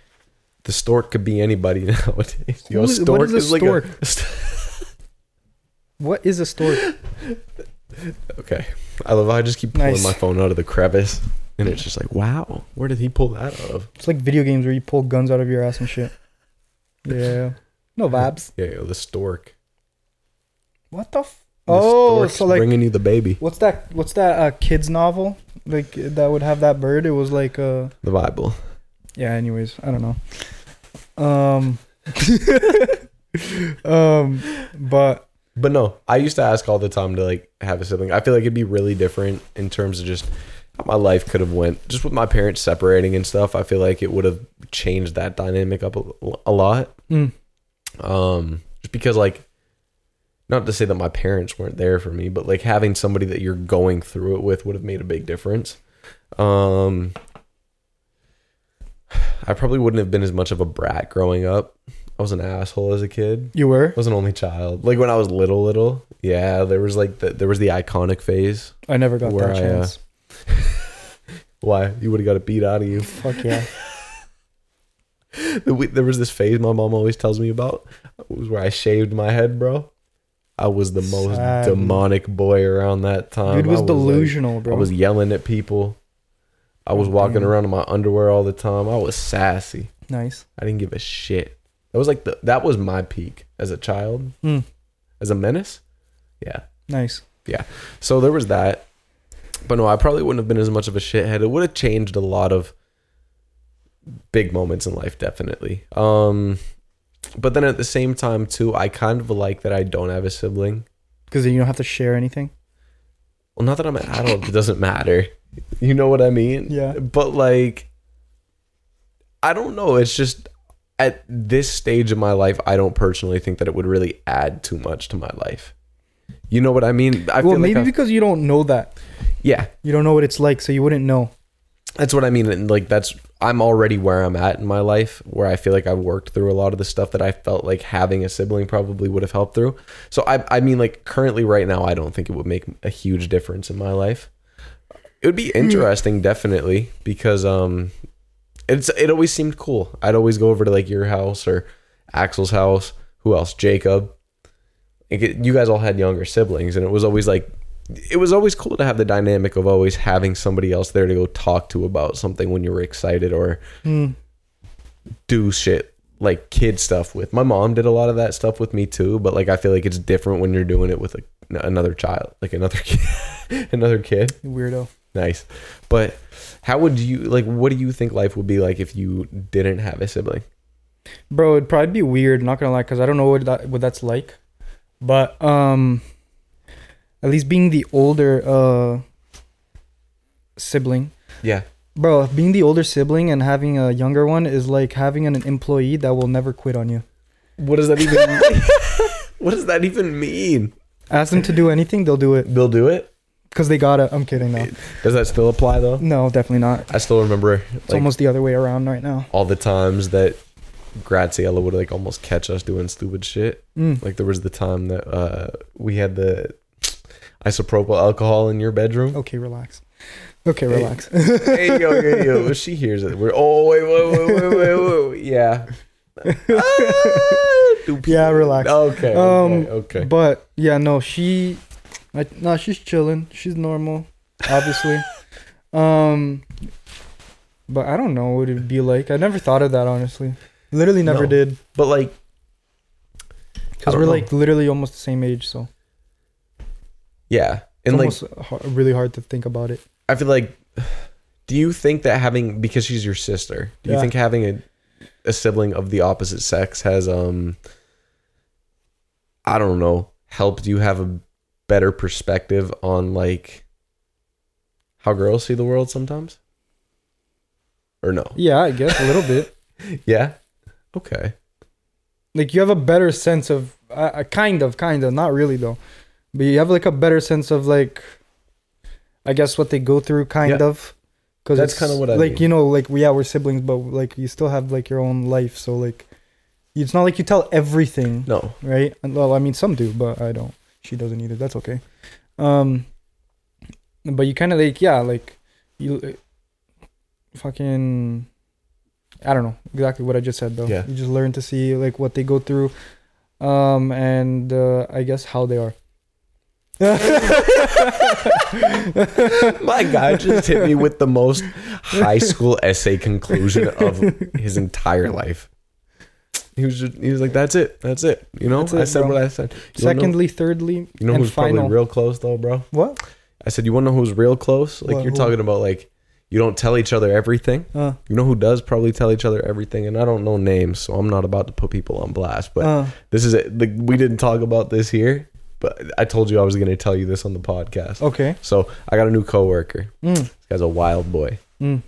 A: the stork could be anybody nowadays. Yo,
B: Who is- what is a
A: like
B: What is a stork?
A: a okay. I love how I just keep pulling
B: Nice.
A: my phone out of the crevice and it's just like, wow, where did he pull that out of?
B: It's like video games where you pull guns out of your ass and shit. Yeah. No vibes.
A: Yeah, yo, the stork.
B: What the? F-
A: The
B: oh,
A: stork's
B: so like,
A: bringing you the baby,
B: what's that? What's that uh, kids novel? Like that would have that bird. It was like, uh,
A: the Bible.
B: yeah. Anyways, I don't know. Um. um. But
A: But no, I used to ask all the time to like have a sibling. I feel like it'd be really different in terms of just how my life could have went. Just with my parents separating and stuff, I feel like it would have changed that dynamic up a, a lot.
B: mm,
A: um just because like not to say that my parents weren't there for me but like having somebody that you're going through it with would have made a big difference um i probably wouldn't have been as much of a brat growing up i was an asshole as a kid
B: you were.
A: i was an only child like when i was little little yeah there was like the, there was the iconic phase
B: I never got
A: Where
B: that
A: I, uh,
B: chance.
A: why you would have got a beat out of you
B: Fuck yeah.
A: We- there was this phase my mom always tells me about was where I shaved my head, bro. I was the most
B: Sad.
A: demonic boy around that time.
B: Dude
A: Um, I
B: was
A: like-
B: delusional, bro. Mm-hmm.
A: I was yelling at people. I was walking around in my underwear all the time. I was sassy.
B: nice.
A: I didn't give a shit. That was like the that was my peak as a child,
B: Mm,
A: as a menace. Yeah.
B: nice.
A: So there was that. But no, I probably wouldn't have been as much of a shithead. It would have changed a lot of big moments in life, definitely. Um but then at the same time too, I kind of like that I don't have a sibling.
B: Because you don't have to share anything.
A: Well, not that I'm an adult, it doesn't matter. You know what I mean?
B: Yeah.
A: But like I don't know, it's just at this stage of my life, I don't personally think that it would really add too much to my life. You know what I mean? I
B: well, maybe
A: like I've-
B: because you don't know that.
A: yeah,
B: You don't know what it's like, so you wouldn't know.
A: that's what I mean. And like that's I'm already where I'm at in my life, where I feel like I've worked through a lot of the stuff that I felt like having a sibling probably would have helped through. So I I mean like currently right now I don't think it would make a huge difference in my life. it would be interesting, definitely, because um, it's it always seemed cool. I'd always go over to like your house or Axel's house. Who else? Jacob. Like, it- you guys all had younger siblings, and it was always like it was always cool to have the dynamic of always having somebody else there to go talk to about something when you were excited or do shit like kid stuff with. My mom did a lot of that stuff with me too, but like I feel like it's different when you're doing it with like another child, like another kid, another kid.
B: Weirdo.
A: Nice. But how would you like what do you think life would be like if you didn't have a sibling?
B: Bro, it'd probably be weird, not gonna lie, because I don't know what that what that's like. But um at least being the older uh sibling.
A: Yeah.
B: Bro, being the older sibling and having a younger one is like having an employee that will never quit on you.
A: What does that even mean? What does that even mean?
B: Ask them to do anything, they'll do it.
A: They'll do it?
B: Cause they gotta. I'm kidding though.
A: Does that still apply though?
B: No, definitely not. Mm. It's
A: I still remember like
B: almost the other way around right now.
A: all the times that Graziella would like almost catch us doing stupid shit.
B: Mm.
A: Like there was the time that uh we had the isopropyl alcohol in your bedroom.
B: Okay, relax. Okay,
A: Hey.
B: relax.
A: hey yo yo yo! She hears it. We're oh wait wait wait wait wait wait yeah. Ah, do
B: Yeah,
A: people-
B: relax.
A: Okay.
B: Um,
A: okay. okay.
B: But yeah, no, she, I, no, she's chilling. She's normal, obviously. um, but I don't know what it'd be like. I never thought of that honestly. Literally never
A: No.
B: did.
A: But like, I
B: Cause
A: don't
B: we're
A: know.
B: like literally almost the same age, so
A: yeah,
B: it's
A: and like,
B: almost har- really hard to think about it.
A: I feel like, do you think that having because she's your sister, do you
B: Yeah.
A: think having a a sibling of the opposite sex has um, I don't know, helped you have a better perspective on like how girls see the world sometimes, or no?
B: Yeah, I guess a little bit.
A: Yeah. Okay.
B: Like you have a better sense of, uh, uh, kind of, kind of, not really though, but you have like a better sense of like, I guess what they go through, kind
A: Yeah.
B: of. Cause
A: That's
B: it's
A: kinda what I
B: like.
A: mean.
B: You know, like we yeah, we're siblings, but like you still have like your own life, so like, it's not like you tell everything,
A: No.
B: right? And, well, I mean, some do, but I don't. She doesn't either. That's okay. Um, but you kind of like yeah, like you, uh, fucking, I don't know exactly what I just said though.
A: Yeah.
B: You just learn to see like what they go through, um, and uh, I guess how they are.
A: My guy just hit me with the most high school essay conclusion of his entire life. He was just, he was like, "That's it, that's it." You know,
B: That's it,
A: I said
B: bro.
A: what I said. You wanna know-
B: Secondly, thirdly,
A: you know
B: and
A: who's
B: final.
A: probably real close though, bro.
B: what?
A: I said, "You want to know who's real close? Like
B: What,
A: you're
B: who?
A: talking about like you don't tell each other everything.
B: Uh,
A: You know who does probably tell each other everything, and I don't know names, so I'm not about to put people on blast. But
B: uh,
A: this is it. Like, we didn't talk about this here, but I told you I was going to tell you this on the podcast.
B: okay.
A: So I got a new coworker.
B: Mm,
A: This guy's a wild boy.
B: mm.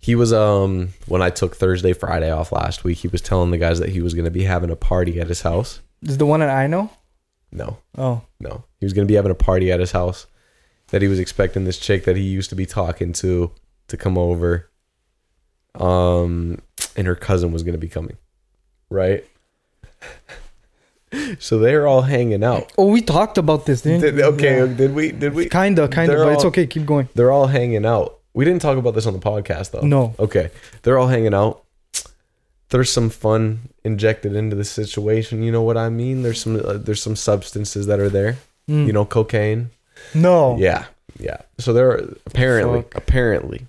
A: He was um when I took Thursday, Friday off last week, he was telling the guys that he was gonna be having a party at his house.
B: Is the one that I know?
A: No,
B: Oh,
A: no. He was gonna be having a party at his house that he was expecting this chick that he used to be talking to to come over. Um and her cousin was gonna be coming. Right? so they're all hanging out.
B: oh, we talked about this, didn't?
A: Did,
B: we?
A: okay,
B: Yeah.
A: did we did we
B: Kinda, kinda,
A: They're
B: but it's
A: all-
B: okay. Keep going.
A: they're all hanging out. We didn't talk about this on the podcast though.
B: No.
A: Okay. They're all hanging out. There's some fun injected into the situation. You know what I mean? There's some uh, there's some substances that are there.
B: Mm.
A: You know, cocaine.
B: No.
A: Yeah, yeah. So there are apparently
B: Oh. Fuck.
A: apparently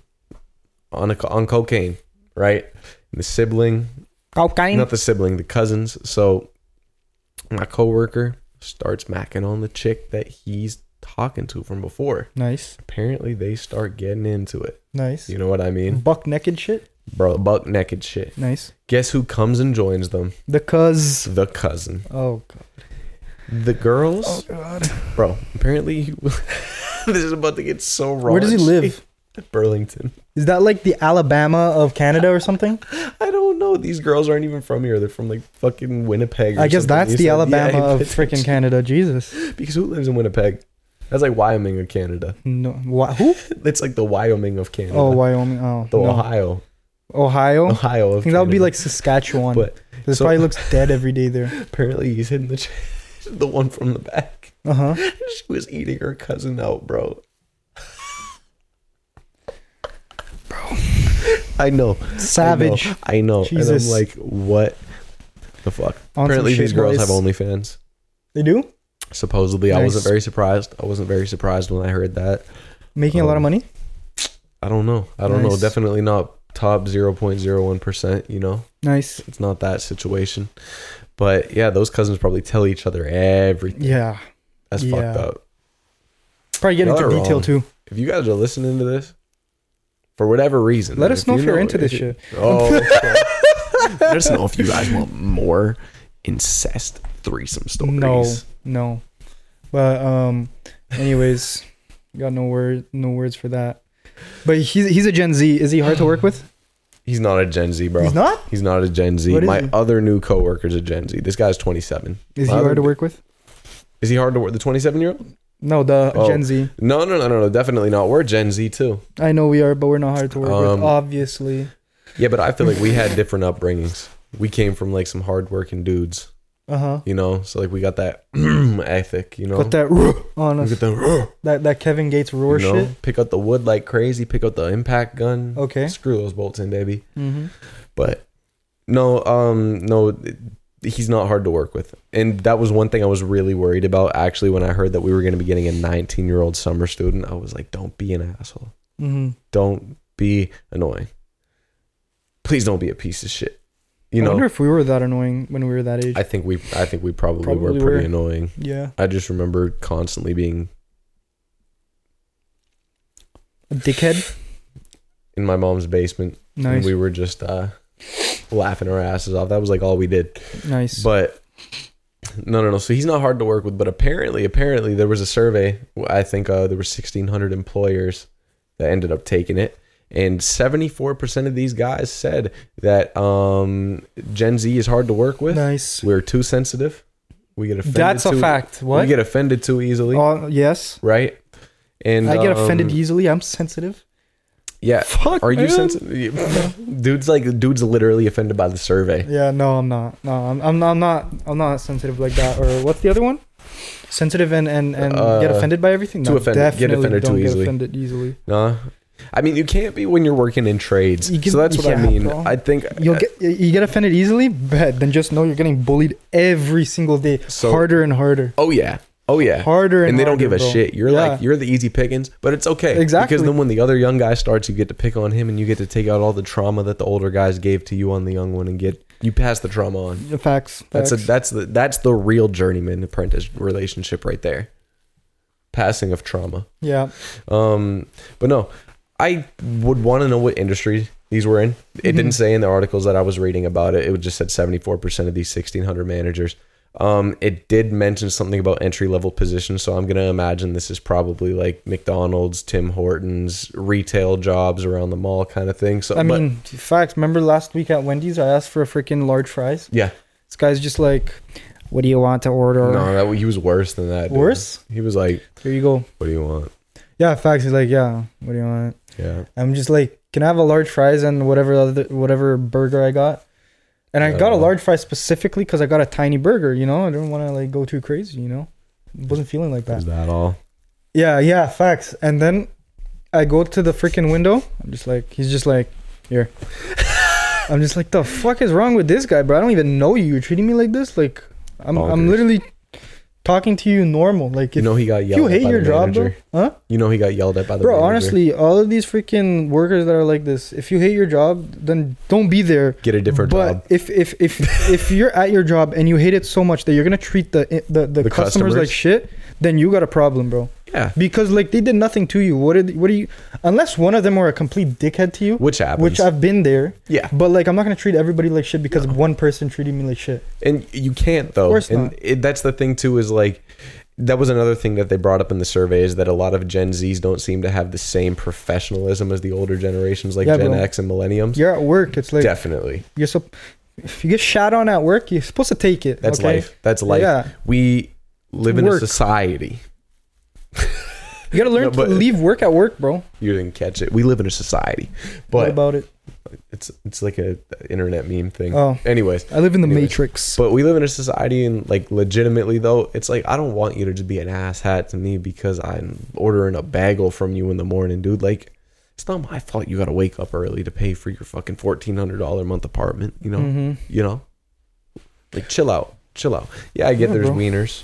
A: on a, co- on cocaine, right? And the sibling,
B: Cocaine.
A: not the sibling, the cousins. So my coworker starts macking on the chick that he's talking to from before.
B: Nice.
A: Apparently, they start getting into it.
B: Nice.
A: You know what I mean?
B: Buck naked shit.
A: Bro, buck naked shit.
B: Nice.
A: Guess who comes and joins them?
B: The cuz.
A: The cousin.
B: Oh god.
A: The girls,
B: Oh, god.
A: bro. Apparently, he, this is about to get so wrong.
B: Where does he live?
A: Burlington.
B: Is that like the Alabama of Canada or something?
A: I don't know. These girls aren't even from here. They're from like fucking Winnipeg. Or
B: I guess
A: something.
B: that's
A: He
B: the
A: said,
B: Alabama
A: yeah,
B: of freaking Canada. Jesus.
A: Because who lives in Winnipeg? That's like Wyoming of Canada.
B: No. Wha- who?
A: It's like the Wyoming of Canada.
B: Oh, Wyoming. Oh.
A: the
B: no.
A: Ohio,
B: Ohio. I
A: Ohio of.
B: think that would be
A: Canada.
B: like Saskatchewan.
A: But
B: this
A: so-
B: probably looks dead every day there.
A: apparently he's hitting the ch- the one from the back.
B: Uh huh.
A: She was eating her cousin out, bro. I know.
B: Savage.
A: I know. And
B: Jesus.
A: I'm like, what the fuck?
B: On some
A: Apparently,
B: shit,
A: these girls
B: boys.
A: have OnlyFans.
B: They do?
A: Supposedly, I wasn't
B: Nice.
A: very surprised. I wasn't very surprised when I heard that.
B: Making a lot of
A: Um,
B: money?
A: I don't know. I don't know.
B: Nice.
A: Definitely not top 0.01%, you know?
B: Nice.
A: It's not that situation. But yeah, those cousins probably tell each other everything.
B: Yeah.
A: That's
B: Yeah.
A: fucked up.
B: Probably get
A: Y'all
B: into
A: are
B: detail
A: wrong.
B: too.
A: If you guys are listening to this, for whatever reason,
B: Let
A: like,
B: us know if you're into this
A: you-
B: shit.
A: Oh, okay. let us know if you guys want more incest threesome stories.
B: No, no. But um, anyways, got no word, no words for that. But he's he's a Gen Z. Is he hard to work with?
A: He's not a Gen Z, bro.
B: He's not.
A: He's not a Gen Z.
B: What is
A: My
B: he?
A: other new coworker's a Gen Z. This guy's 27.
B: Is he
A: My other-
B: hard to work with?
A: Is he hard to work? The 27 year old?
B: No, the
A: Oh.
B: Gen Z.
A: No, no, no, no, no. Definitely not. We're Gen Z too.
B: I know we are, but we're not hard to work
A: Um,
B: with. Obviously.
A: Yeah, but I feel like we had different upbringings. We came from like some hardworking dudes,
B: Uh huh.
A: you know. So like we got that ethic, you know.
B: Got that roar on
A: We
B: us.
A: got that,
B: That that Kevin Gates roar
A: you know,
B: shit.
A: pick up the wood like crazy. Pick up the impact gun.
B: Okay.
A: Screw those bolts in, baby.
B: Mm-hmm.
A: But no, um, no, he's not hard to work with, and that was one thing I was really worried about. Actually, when I heard that we were going to be getting a 19 year old summer student, I was like, don't be an asshole.
B: Mm-hmm.
A: Don't be annoying. Please don't be a piece of shit. You
B: I
A: know,
B: wonder if we were that annoying when we were that age.
A: I think we I think we probably, were
B: Probably
A: pretty
B: were.
A: annoying.
B: yeah.
A: I just remember constantly being
B: A dickhead.
A: in my mom's basement
B: Nice.
A: and we were just uh laughing our asses off. That was like all we did.
B: nice.
A: But no, no, no. So he's not hard to work with, but apparently apparently there was a survey, I think uh there were 1600 employers that ended up taking it. And 74% of these guys said that um, Gen Z is hard to work with.
B: nice.
A: We're too sensitive. We get offended.
B: That's a
A: too-
B: fact. What?
A: We get offended too easily.
B: Oh, yes.
A: right? And
B: I get offended
A: um,
B: easily. I'm sensitive.
A: Yeah.
B: Fuck.
A: Are you
B: man.
A: sensitive? dude's like dude's literally offended by the survey.
B: Yeah. No, I'm not. No, I'm, I'm not. I'm not. I'm not sensitive like that. Or what's the other one? Sensitive and and and get
A: Uh,
B: offended by everything.
A: too
B: No,
A: offended- get
B: definitely
A: offended too
B: don't
A: easily.
B: Get offended easily.
A: Nah. I mean, you can't be when you're working in trades.
B: You can-
A: so that's what I
B: yeah,
A: mean.
B: bro.
A: I think
B: You'll get you get offended easily, but then just know you're getting bullied every single day,
A: So-
B: harder and harder,
A: Oh yeah. Oh yeah.
B: harder and.
A: and they don't
B: harder,
A: give a
B: bro.
A: shit. You're
B: Yeah.
A: like you're the easy pickings, but it's okay.
B: Exactly.
A: Because then when the other young guy starts, you get to pick on him, and you get to take out all the trauma that the older guys gave to you on the young one, and get you pass the trauma on.
B: Yeah, facts.
A: That's a,
B: facts.
A: that's the that's the real journeyman apprentice relationship right there. Passing of trauma.
B: yeah.
A: Um, but no, I would want to know what industry these were in. It
B: Mm-hmm.
A: didn't say in the articles that I was reading about it. It just said 74% of these 1,600 managers. Um, it did mention something about entry level positions. So I'm going to imagine this is probably like McDonald's, Tim Hortons, retail jobs around the mall kind of thing. So,
B: I
A: but-
B: mean, facts. Remember last week at Wendy's, I asked for a freaking large fries.
A: yeah,
B: This guy's just like, "What do you want to order?"
A: no, that, he was worse than that. dude.
B: Worse?
A: He was like,
B: Here you go.
A: what do you want?
B: Yeah, facts. He's like, yeah, what do you want?
A: Yeah.
B: I'm just like, can I have a large fries and whatever other whatever burger I got? And I got a
A: Yeah.
B: large fry specifically because I got a tiny burger. You know, I didn't want to like go too crazy. You know, wasn't feeling like that.
A: Is that all?
B: Yeah, yeah, facts. And then I go to the freaking window. I'm just like, he's just like, here. I'm just like, the fuck is wrong with this guy, bro? I don't even know you. You're treating me like this. Like, I'm I'm
A: Bonkers.
B: literally talking to you normal. Like,
A: You
B: if,
A: know, he got
B: if
A: yelled
B: you
A: at
B: hate
A: by
B: your
A: the
B: job,
A: manager.
B: bro, huh?
A: You know, he got yelled at by the
B: Bro,
A: manager.
B: honestly, all of these freaking workers that are like this, if you hate your job, then don't be there.
A: get a different
B: but
A: job.
B: if if if if you're at your job and you hate it so much that you're gonna treat the the, the,
A: The customers?
B: customers, like shit, then you got a problem, bro.
A: Yeah.
B: Because like they did nothing to you. What did what do you? Unless one of them were a complete dickhead to you,
A: Which happens.
B: which I've been there.
A: Yeah.
B: But like I'm not gonna treat everybody like shit because one person treated me like shit.
A: And you can't though.
B: course
A: and
B: not.
A: It, that's the thing too is like that was another thing that they brought up in the survey is that a lot of Gen Zs don't seem to have the same professionalism as the older generations like
B: Yeah,
A: Gen
B: bro.
A: X and Millenniums.
B: You're at work. It's like
A: Definitely.
B: you're so. If you get shot on at work, you're supposed to take it.
A: That's
B: okay?
A: life. That's life.
B: Yeah.
A: We live in a
B: Work.
A: society.
B: You gotta learn
A: No, but-
B: to leave work at work, bro.
A: You didn't catch it. We live in a society.
B: what
A: But
B: about it?
A: it's it's like a internet meme thing.
B: Oh.
A: Anyways,
B: I live in the
A: Anyways.
B: matrix.
A: But we live in a society, and like legitimately though, it's like I don't want you to just be an asshat to me because I'm ordering a bagel from you in the morning, dude. Like, It's not my fault you got to wake up early to pay for your fucking fourteen hundred dollar a month apartment. You know,
B: Mhm.
A: you know, like chill out, chill out. Yeah, I get
B: Yeah,
A: there's
B: bro.
A: wieners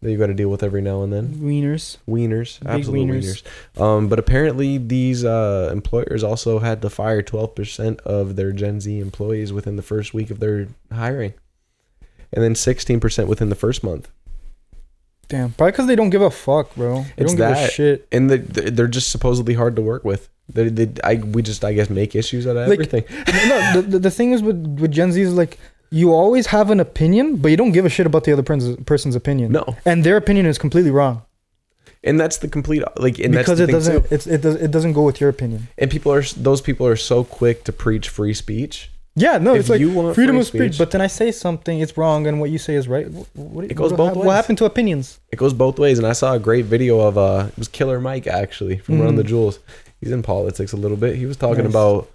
A: that you got to deal with every now and then.
B: Mm-hmm. Wieners.
A: Wieners,
B: Big
A: absolute wieners.
B: wieners.
A: Um, but apparently these uh, employers also had to fire twelve percent of their Gen Z employees within the first week of their hiring, and then sixteen percent within the first month.
B: Damn. Probably because they don't give a fuck, bro. They
A: It's
B: don't give a
A: that.
B: shit.
A: and the, the- they're just supposedly hard to work with. They, they, I, we just, I guess, make issues out of
B: Like-
A: everything.
B: no, the, the, the thing is with, with Gen Z is like, you always have an opinion, but you don't give a shit about the other pers- person's opinion.
A: No,
B: And their opinion is completely wrong
A: and that's the complete like, and
B: because
A: that's the
B: it
A: thing too.
B: doesn't it's, it, does, it doesn't go with your opinion.
A: And people are those people are so quick to preach free speech.
B: Yeah, no,
A: If
B: it's like
A: you want
B: freedom
A: free
B: of speech,
A: speech-
B: but then I say something, it's wrong, and what you say is right. What, what,
A: It goes
B: what,
A: both
B: hap-
A: ways.
B: What happened to opinions?
A: It goes both ways. And I saw a great video of uh, it was Killer Mike actually from Run the
B: Mhm.
A: Jewels. He's in politics a little bit. He was talking
B: Nice.
A: about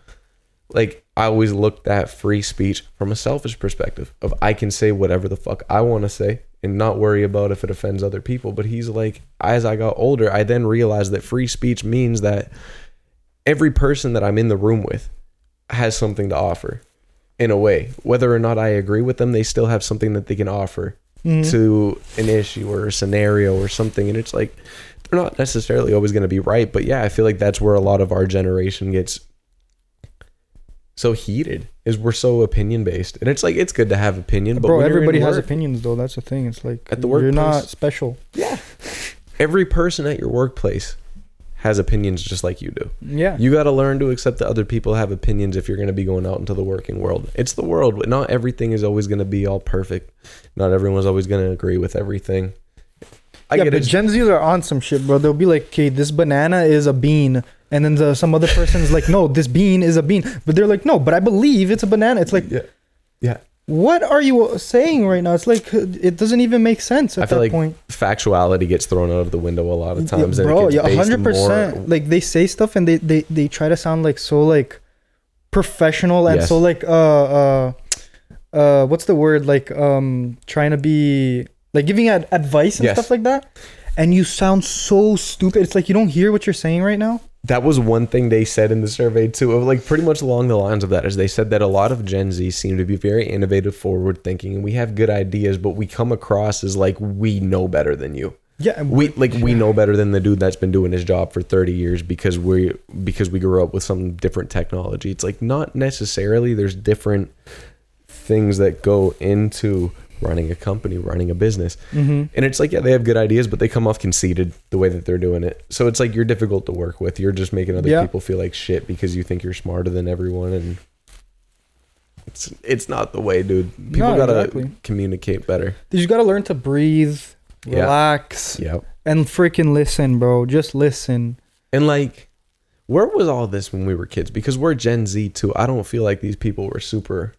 A: like I always looked at free speech from a selfish perspective of I can say whatever the fuck I want to say and not worry about if it offends other people. But he's like, as I got older, I then realized that free speech means that every person that I'm in the room with has something to offer in a way. Whether or not I agree with them, they still have something that they can offer
B: Mhm.
A: to an issue or a scenario or something. And it's like, they're not necessarily always going to be right. But yeah, I feel like that's where a lot of our generation gets so heated is we're so opinion based. And it's like, it's good to have opinion, but
B: Bro,
A: when you're in
B: everybody has
A: work-
B: opinions though. That's the thing. It's like
A: At the
B: you're not
A: workplace-
B: special.
A: Yeah. Every person at your workplace has opinions just like you do.
B: Yeah.
A: You got to learn to accept that other people have opinions if you're going to be going out into the working world. It's the world, but not everything is always going to be all perfect. Not everyone's always going to agree with everything. I
B: yeah,
A: get
B: but
A: it.
B: Gen Zs are on some shit, bro. They'll be like, "Okay, this banana is a bean," and then the, some other person's like, "No, this bean is a bean," but they're like, "No, but I believe it's a banana." It's like,
A: yeah. Yeah.
B: what are you saying right now? It's like it doesn't even make sense at
A: I feel
B: that
A: like
B: point.
A: factuality gets thrown out of the window a lot of times.
B: yeah,
A: and it
B: bro,
A: gets
B: yeah,
A: based
B: hundred
A: more-
B: percent. Like they say stuff and they they they try to sound like so like professional and
A: Yes.
B: so like uh uh uh what's the word like um trying to be like giving ad- advice and
A: Yes.
B: stuff like that. And you sound so stupid. It's like you don't hear what you're saying right now.
A: that was one thing they said in the survey too of like pretty much along the lines of that is they said that a lot of gen z seem to be very innovative forward thinking and we have good ideas but we come across as like we know better than you
B: Yeah,
A: we like we know better than the dude that's been doing his job for 30 years because we because we grew up with some different technology it's like not necessarily there's different things that go into running a company running a business
B: Mm-hmm.
A: and it's like yeah they have good ideas but they come off conceited the way that they're doing it so it's like you're difficult to work with you're just making other
B: Yeah.
A: people feel like shit because you think you're smarter than everyone and it's it's not the way dude people
B: No,
A: gotta
B: exactly.
A: communicate better
B: you just gotta learn to breathe,
A: Yeah.
B: relax,
A: yeah
B: and freaking listen, bro. Just listen.
A: And like, where was all this when we were kids? Because we're Gen Z too. I don't feel like these people were super.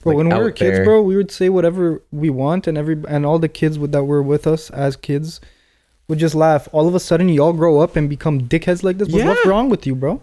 B: Bro,
A: like,
B: when we
A: out
B: were kids,
A: there.
B: bro, we would say whatever we want, and every and all the kids with, that were with us as kids would just laugh. All of a sudden, y'all grow up and become dickheads like this. But What's
A: Yeah.
B: wrong with you, bro?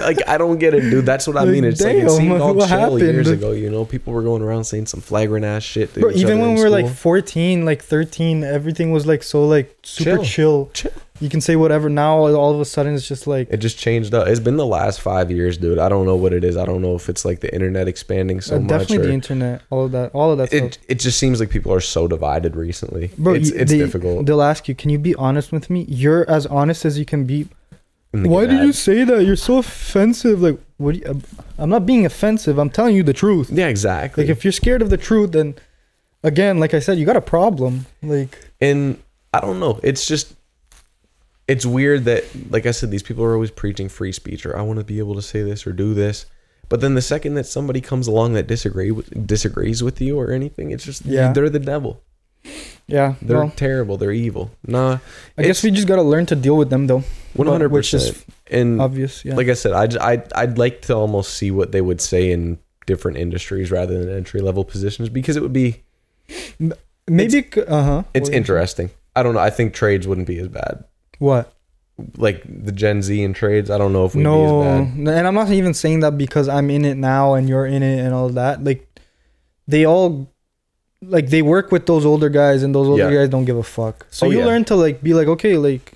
A: Like, I don't get it, dude. That's what I mean. It's like it
B: Damn,
A: seemed all chill
B: what happened?
A: years ago. You know, people were going around saying some flagrant ass shit. to
B: bro
A: each
B: even
A: other
B: when
A: in
B: we were like
A: school.
B: 14, like 13, everything was like so like super chill.
A: Chill.
B: You can say whatever. Now all of a sudden, it's just like
A: it just changed up. It's been the last five years, dude. I don't know what it is. I don't know if it's like the internet expanding so
B: uh,
A: much.
B: definitely
A: or-
B: the internet, all of that, all of that stuff.
A: it, it just seems like people are so divided recently.
B: Bro,
A: it's
B: you-
A: it's
B: they,
A: difficult.
B: They'll ask you, "Can you be honest with me?" You're as honest as you can be.
A: and they
B: Why
A: get
B: did you
A: mad.
B: say that? You're so offensive. Like, what? do you, I'm not being offensive. I'm telling you the truth.
A: Yeah, exactly.
B: Like, if you're scared of the truth, then again, like I said, you got a problem. Like,
A: and I don't know. It's just it's weird that like I said, these people are always preaching free speech or I want to be able to say this or do this. But then the second that somebody comes along that disagree with, disagrees with you or anything, it's just
B: Yeah.
A: they're the devil.
B: yeah.
A: They're
B: well,
A: terrible. They're evil. Nah,
B: I guess we just got to learn to deal with them, though.
A: one hundred percent. And
B: obvious. Yeah.
A: Mm. like I said, I I I'd like to almost see what they would say in different industries rather than entry level positions because it would be
B: maybe. Uh huh.
A: it's interesting. I don't know. I think trades wouldn't be as bad.
B: What?
A: Like the Gen Z and trades, I don't know if we'd
B: No,
A: be as bad.
B: and I'm not even saying that because I'm in it now and you're in it and all that. Like, they all, like, they work with those older guys, and those older
A: Yeah.
B: guys don't give a fuck. So
A: Oh,
B: you
A: yeah.
B: learn to like be like, okay, like.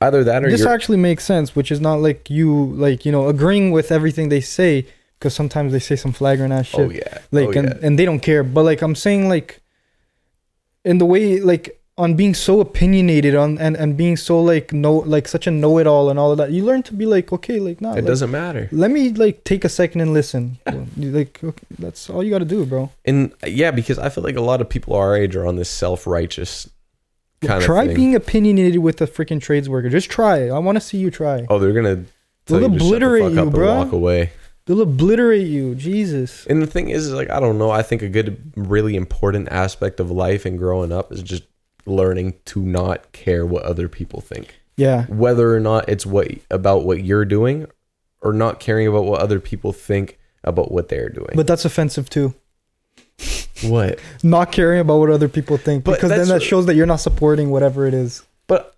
A: Either that or
B: this
A: you're
B: actually makes sense, which is not like you like you know agreeing with everything they say because sometimes they say some flagrant ass shit,
A: oh yeah,
B: like
A: oh,
B: and
A: yeah.
B: and they don't care. But like I'm saying, like in the way like on being so opinionated on and and being so like no like such a know it all and all of that, you learn to be like okay, like nah,
A: it
B: like,
A: doesn't matter.
B: let me like take a second and listen. You, like okay, that's all you got to do, bro.
A: And yeah, because I feel like a lot of people our age are on this self righteous kind
B: try
A: of thing.
B: being opinionated with a freaking trades worker. Just try it. I want to see you try.
A: oh, they're gonna tell
B: They'll
A: you to shut the
B: obliterate
A: fuck
B: you,
A: up
B: bruh.
A: and walk away.
B: They'll obliterate you, Jesus.
A: And the thing is, is like I don't know. I think a good, really important aspect of life and growing up is just learning to not care what other people think,
B: Yeah,
A: whether or not it's what about what you're doing, or not caring about what other people think about what they're doing.
B: but that's offensive too.
A: what?
B: Not caring about what other people think
A: But
B: because then
A: that's-
B: that shows that you're not supporting whatever it is.
A: But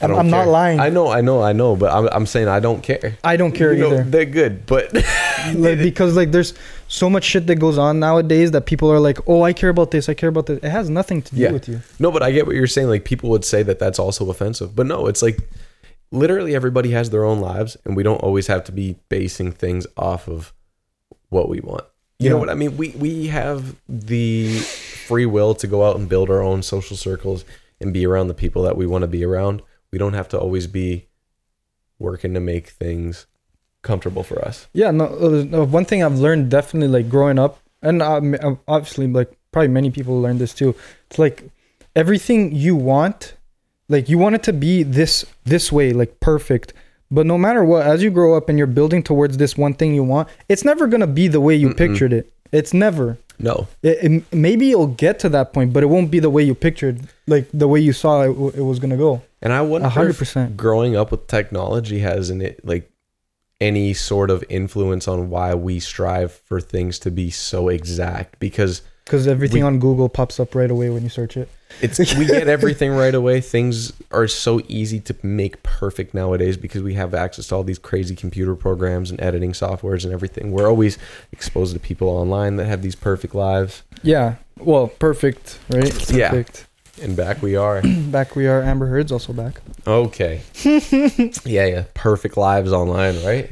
A: I
B: I'm-
A: don't
B: I'm not
A: care.
B: lying.
A: I know, I know, I know. But I'm, I'm saying I don't care.
B: I don't care
A: You know,
B: either.
A: they're good, but
B: like because like there's so much shit that goes on nowadays that people are like, "Oh, I care about this. I care about this." It has nothing to do
A: Yeah.
B: with you.
A: No, but I get what you're saying. Like people would say that that's also offensive, but no, it's like literally everybody has their own lives, and we don't always have to be basing things off of what we want. You know
B: Yeah.
A: what I mean? We we have the free will to go out and build our own social circles and be around the people that we want to be around. We don't have to always be working to make things comfortable for us.
B: Yeah, no, uh, no. One thing I've learned definitely, like growing up, and um, uh, obviously, like probably many people learn this too. It's like everything you want, like you want it to be this this way, like perfect. But no matter what, as you grow up and you're building towards this one thing you want, it's never gonna be the way you
A: Mm-mm.
B: pictured it. It's never.
A: No,
B: It, it, maybe you'll get to that point, but it won't be the way you pictured, like the way you saw it, w- it was gonna go.
A: and I
B: A
A: wonder
B: hundred
A: if
B: percent.
A: growing up with technology has in it like any sort of influence on why we strive for things to be so exact because
B: Because everything on Google pops up right away when you search it.
A: it's we get everything right away things are so easy to make perfect nowadays because we have access to all these crazy computer programs and editing softwares and everything we're always exposed to people online that have these perfect lives
B: Yeah. Well, perfect, right?
A: Yeah.
B: Perfect.
A: and back we are
B: Back we are. Amber Heard's also back.
A: okay yeah yeah perfect lives online right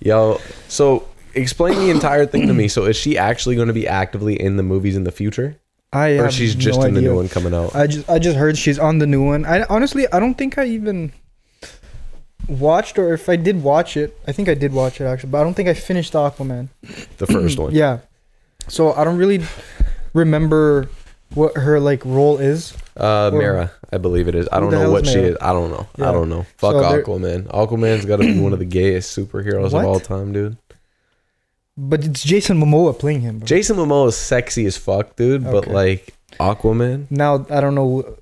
A: Yo, so explain the entire thing to me. So is she actually going to be actively in the movies in the future,
B: I
A: or
B: have
A: she's just
B: no
A: in the
B: idea.
A: new one coming out?
B: I just I just heard she's on the new one. I honestly I don't think I even watched or if I did watch it, I think I did watch it actually, but I don't think I finished the Aquaman.
A: the first one.
B: Yeah. So I don't really remember what her like role is.
A: Uh,
B: Or-
A: Mara, I believe it is. I
B: Who
A: don't
B: the
A: know
B: hell
A: what
B: is
A: she
B: Mara?
A: is. I don't know.
B: Yeah.
A: I don't know. Fuck
B: So there-
A: Aquaman. Aquaman's got to be one of the gayest superheroes
B: What?
A: of all time, dude.
B: But it's Jason Momoa playing him. Bro.
A: Jason Momoa is sexy as fuck, dude. But
B: Okay.
A: like Aquaman,
B: now I don't know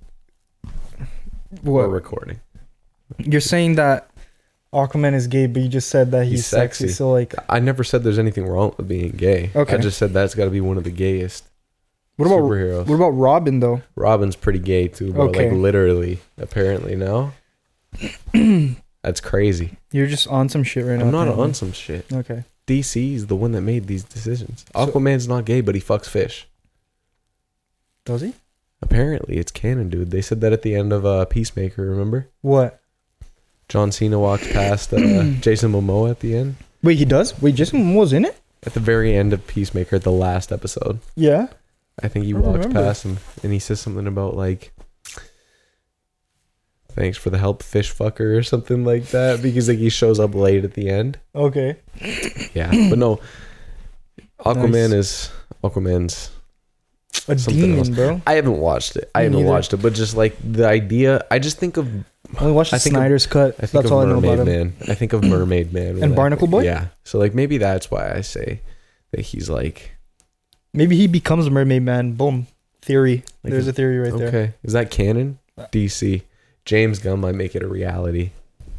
B: wh-
A: we're
B: what
A: recording.
B: you're saying that Aquaman is gay, but you just said that he's,
A: He's
B: sexy.
A: sexy.
B: So like
A: I never said there's anything wrong with being gay.
B: Okay.
A: I just said that's got to be one of the gayest
B: what about
A: superheroes.
B: what about Robin though?
A: Robin's pretty gay too, bro.
B: Okay.
A: Like literally, apparently no. That's crazy.
B: You're just on some shit right now.
A: I'm not
B: apparently.
A: on some shit.
B: Okay.
A: DC's the one that made these decisions.
B: So-
A: Aquaman's not gay, but he fucks fish.
B: Does he?
A: Apparently, it's canon, dude. They said that at the end of uh, Peacemaker. Remember,
B: What?
A: John Cena walked past uh, Jason Momoa at the end,
B: Wait, he does? Wait, Jason Momoa's in it?
A: at the very end of Peacemaker, the last episode.
B: Yeah.
A: I think he
B: I
A: walked
B: remember.
A: past him and he says something about like thanks for the help fish fucker or something like that because like he shows up late at the end.
B: Okay.
A: Yeah. But no Aquaman
B: Nice.
A: is Aquaman's
B: A
A: Something
B: demon,
A: else.
B: bro.
A: I haven't watched it. I
B: Me
A: haven't
B: neither.
A: watched it, but just like the idea I just think of
B: I only watched the
A: I think of-
B: Snyder's cut.
A: I think
B: That's
A: of
B: all I know
A: Mermaid
B: about him.
A: Man. I think of Mermaid Man. when I
B: Barnacle
A: think-
B: Boy?
A: Yeah. So like maybe that's why I say that he's like
B: Maybe he becomes a mermaid man. Boom. Theory.
A: Like
B: There's
A: a-
B: a theory right there.
A: okay. Is that canon?
B: Uh.
A: DC. James Gunn might make it a reality.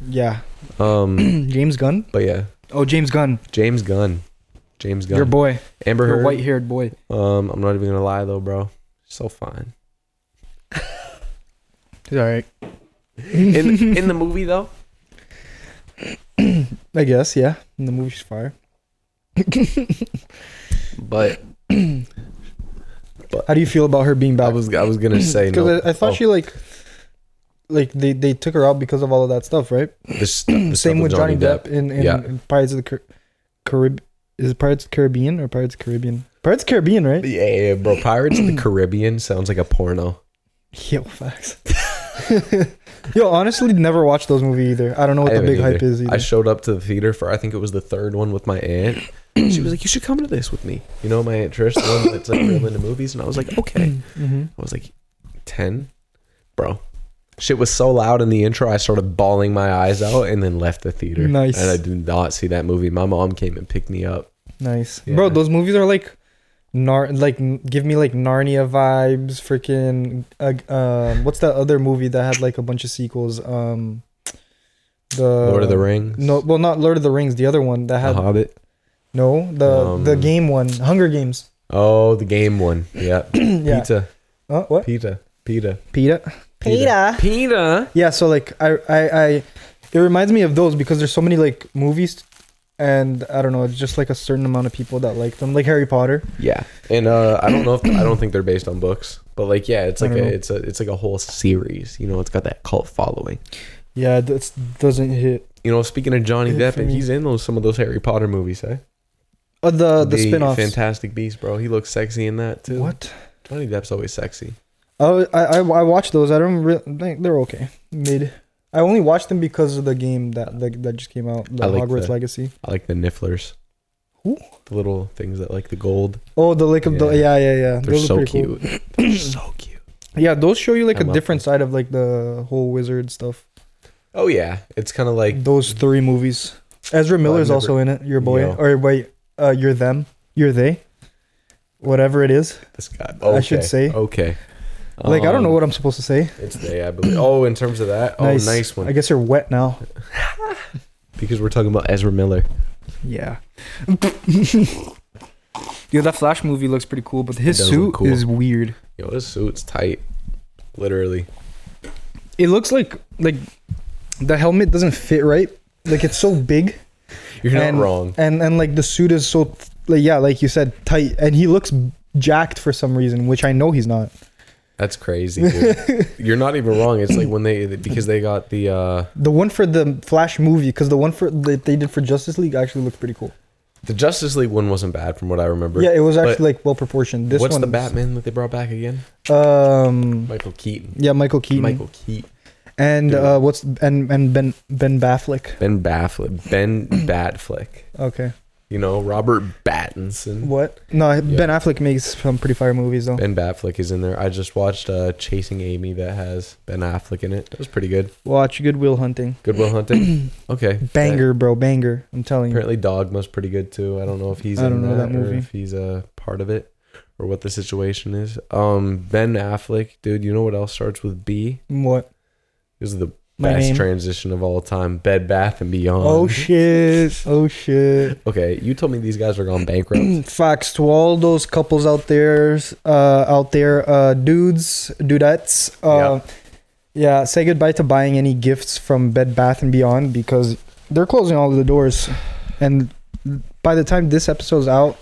B: Yeah.
A: Um
B: James Gunn?
A: but yeah.
B: Oh, James Gunn.
A: James Gunn. James Gunn.
B: Your boy.
A: Amber
B: Your
A: Heard.
B: white haired boy.
A: Um, I'm not even gonna lie though, bro. So fine.
B: He's alright.
A: In in the movie though,
B: I guess, yeah. And the movie's fire.
A: but
B: How do you feel about her being
A: I
B: back?
A: was I was gonna say no.
B: Because I, I thought
A: Oh,
B: she like like they they took her out because of all of that stuff, right?
A: This, this
B: Same with Johnny, Depp, in, in,
A: Yeah.
B: in Pirates of the Car- Carib. Is it Pirates of the Caribbean or Pirates of the Caribbean? Pirates of the Caribbean, right?
A: Yeah, yeah, yeah, bro. Pirates of the Caribbean sounds like a porno.
B: Yo, facts. Yo, honestly, never watched those movies either. I don't know
A: I
B: what Oh, the
A: haven't
B: big hype
A: either.
B: is either.
A: I showed up to the theater for I think it was the third one with my aunt. she was like, "You should come to this with me." You know, my aunt Trish, the one that's like real into movies, and I was like, "Okay."
B: Mhm.
A: I was like, 10? Bro. Shit was so loud in the intro, I started bawling my eyes out and then left the theater.
B: Nice.
A: And I did not see that movie. My mom came and picked me up.
B: Nice,
A: Yeah.
B: bro. Those movies are like, nar like n- give me like Narnia vibes. Freaking, uh, uh, what's that other movie that had like a bunch of sequels? Um, the
A: Lord of the Rings.
B: Um, No, well, not Lord of the Rings. The other one that
A: The
B: had
A: Hobbit.
B: no the the
A: Um,
B: game one, Hunger Games.
A: Oh, the game one. Yeah.
B: yeah.
A: Pita.
B: Uh, what?
A: Pita. Pita.
B: Peta.
A: Peta. Pita.
B: Yeah. So like I I I, it reminds me of those because there's so many like movies, and I don't know, it's just like a certain amount of people that like them, like Harry Potter.
A: Yeah. And uh I don't know if I don't think they're based on books. But like yeah, it's
B: I
A: like a
B: don't know.
A: it's a it's like a whole series. You know, it's got that cult following.
B: Yeah, that doesn't hit.
A: You know, speaking of Johnny
B: Yeah,
A: Depp,
B: for
A: and
B: me.
A: he's in those some of those Harry Potter movies, eh?
B: Uh, the the, spin-offs.
A: Fantastic Beast, bro. He looks sexy in that too.
B: What?
A: Johnny Depp's always sexy.
B: Oh, I I I watched those. I don't really think they're okay. Mid. I only watched them because of the game that like that just came out, the
A: I like
B: Hogwarts
A: the-
B: Legacy.
A: I like the nifflers.
B: Ooh.
A: The little things that like the gold.
B: Oh, the Lake of the
A: Yeah.
B: yeah yeah yeah.
A: They're
B: Those are
A: so
B: pretty cool.
A: cute. They're so cute.
B: Yeah, those show you like
A: I
B: a
A: love
B: different side of like the whole wizard stuff.
A: Oh yeah, it's kind of like
B: Those three movies. Ezra Miller's
A: never-
B: also in it. Your boy,
A: Yo.
B: or wait, uh, you're them, you're they, whatever it is.
A: this guy.
B: I should say.
A: Okay.
B: Like I don't know
A: Um,
B: what I'm supposed to say.
A: it's they. I believe. Oh, in terms of that. Oh, nice, one.
B: I guess you're wet now.
A: because we're talking about Ezra Miller.
B: Yeah. Dude, that Flash movie looks pretty cool, but his
A: It does look
B: suit
A: cool.
B: is weird.
A: Yo, this suit's tight. Literally.
B: It looks like like the helmet doesn't fit right. Like it's so big.
A: You're not
B: And-
A: wrong.
B: and and like the suit is so th- like yeah like you said tight and he looks jacked for some reason which i know he's not
A: That's crazy. Dude. You're not even wrong. It's like when they because they got the. uh
B: the one for the flash movie because the one for that they did for justice league actually looked pretty cool
A: The Justice League one wasn't bad from what I remember.
B: yeah it was
A: But
B: actually like well proportioned this
A: What's
B: one
A: the Batman that they brought back again?
B: um
A: Michael Keaton.
B: yeah michael keaton
A: Michael Keaton.
B: and
A: Dude.
B: uh what's and and ben ben baffleck
A: Ben Baffleck. Ben Batfleck.
B: okay
A: You know, Robert Pattinson.
B: what no ben affleck makes some pretty fire movies though
A: Ben Batfleck is in there. I just watched uh, Chasing Amy that has Ben Affleck in it. That was pretty good.
B: watch good will hunting
A: Goodwill Hunting. Okay.
B: banger bro banger i'm telling you
A: Apparently, Dogma's pretty good too. I don't know if he's
B: I
A: in
B: don't know
A: that,
B: that
A: or
B: movie.
A: if he's a part of it or what the situation is. Um, Ben Affleck, dude. You know what else starts with B?
B: what
A: This is the
B: my
A: best
B: name
A: transition of all time. Bed Bath and Beyond.
B: oh shit oh shit
A: Okay, you told me these guys are gone bankrupt.
B: Facts to all those couples out there, uh, out there, uh, dudes, dudettes. Uh, Yeah, say goodbye to buying any gifts from Bed Bath and Beyond because they're closing all of the doors, and by the time this episode's out,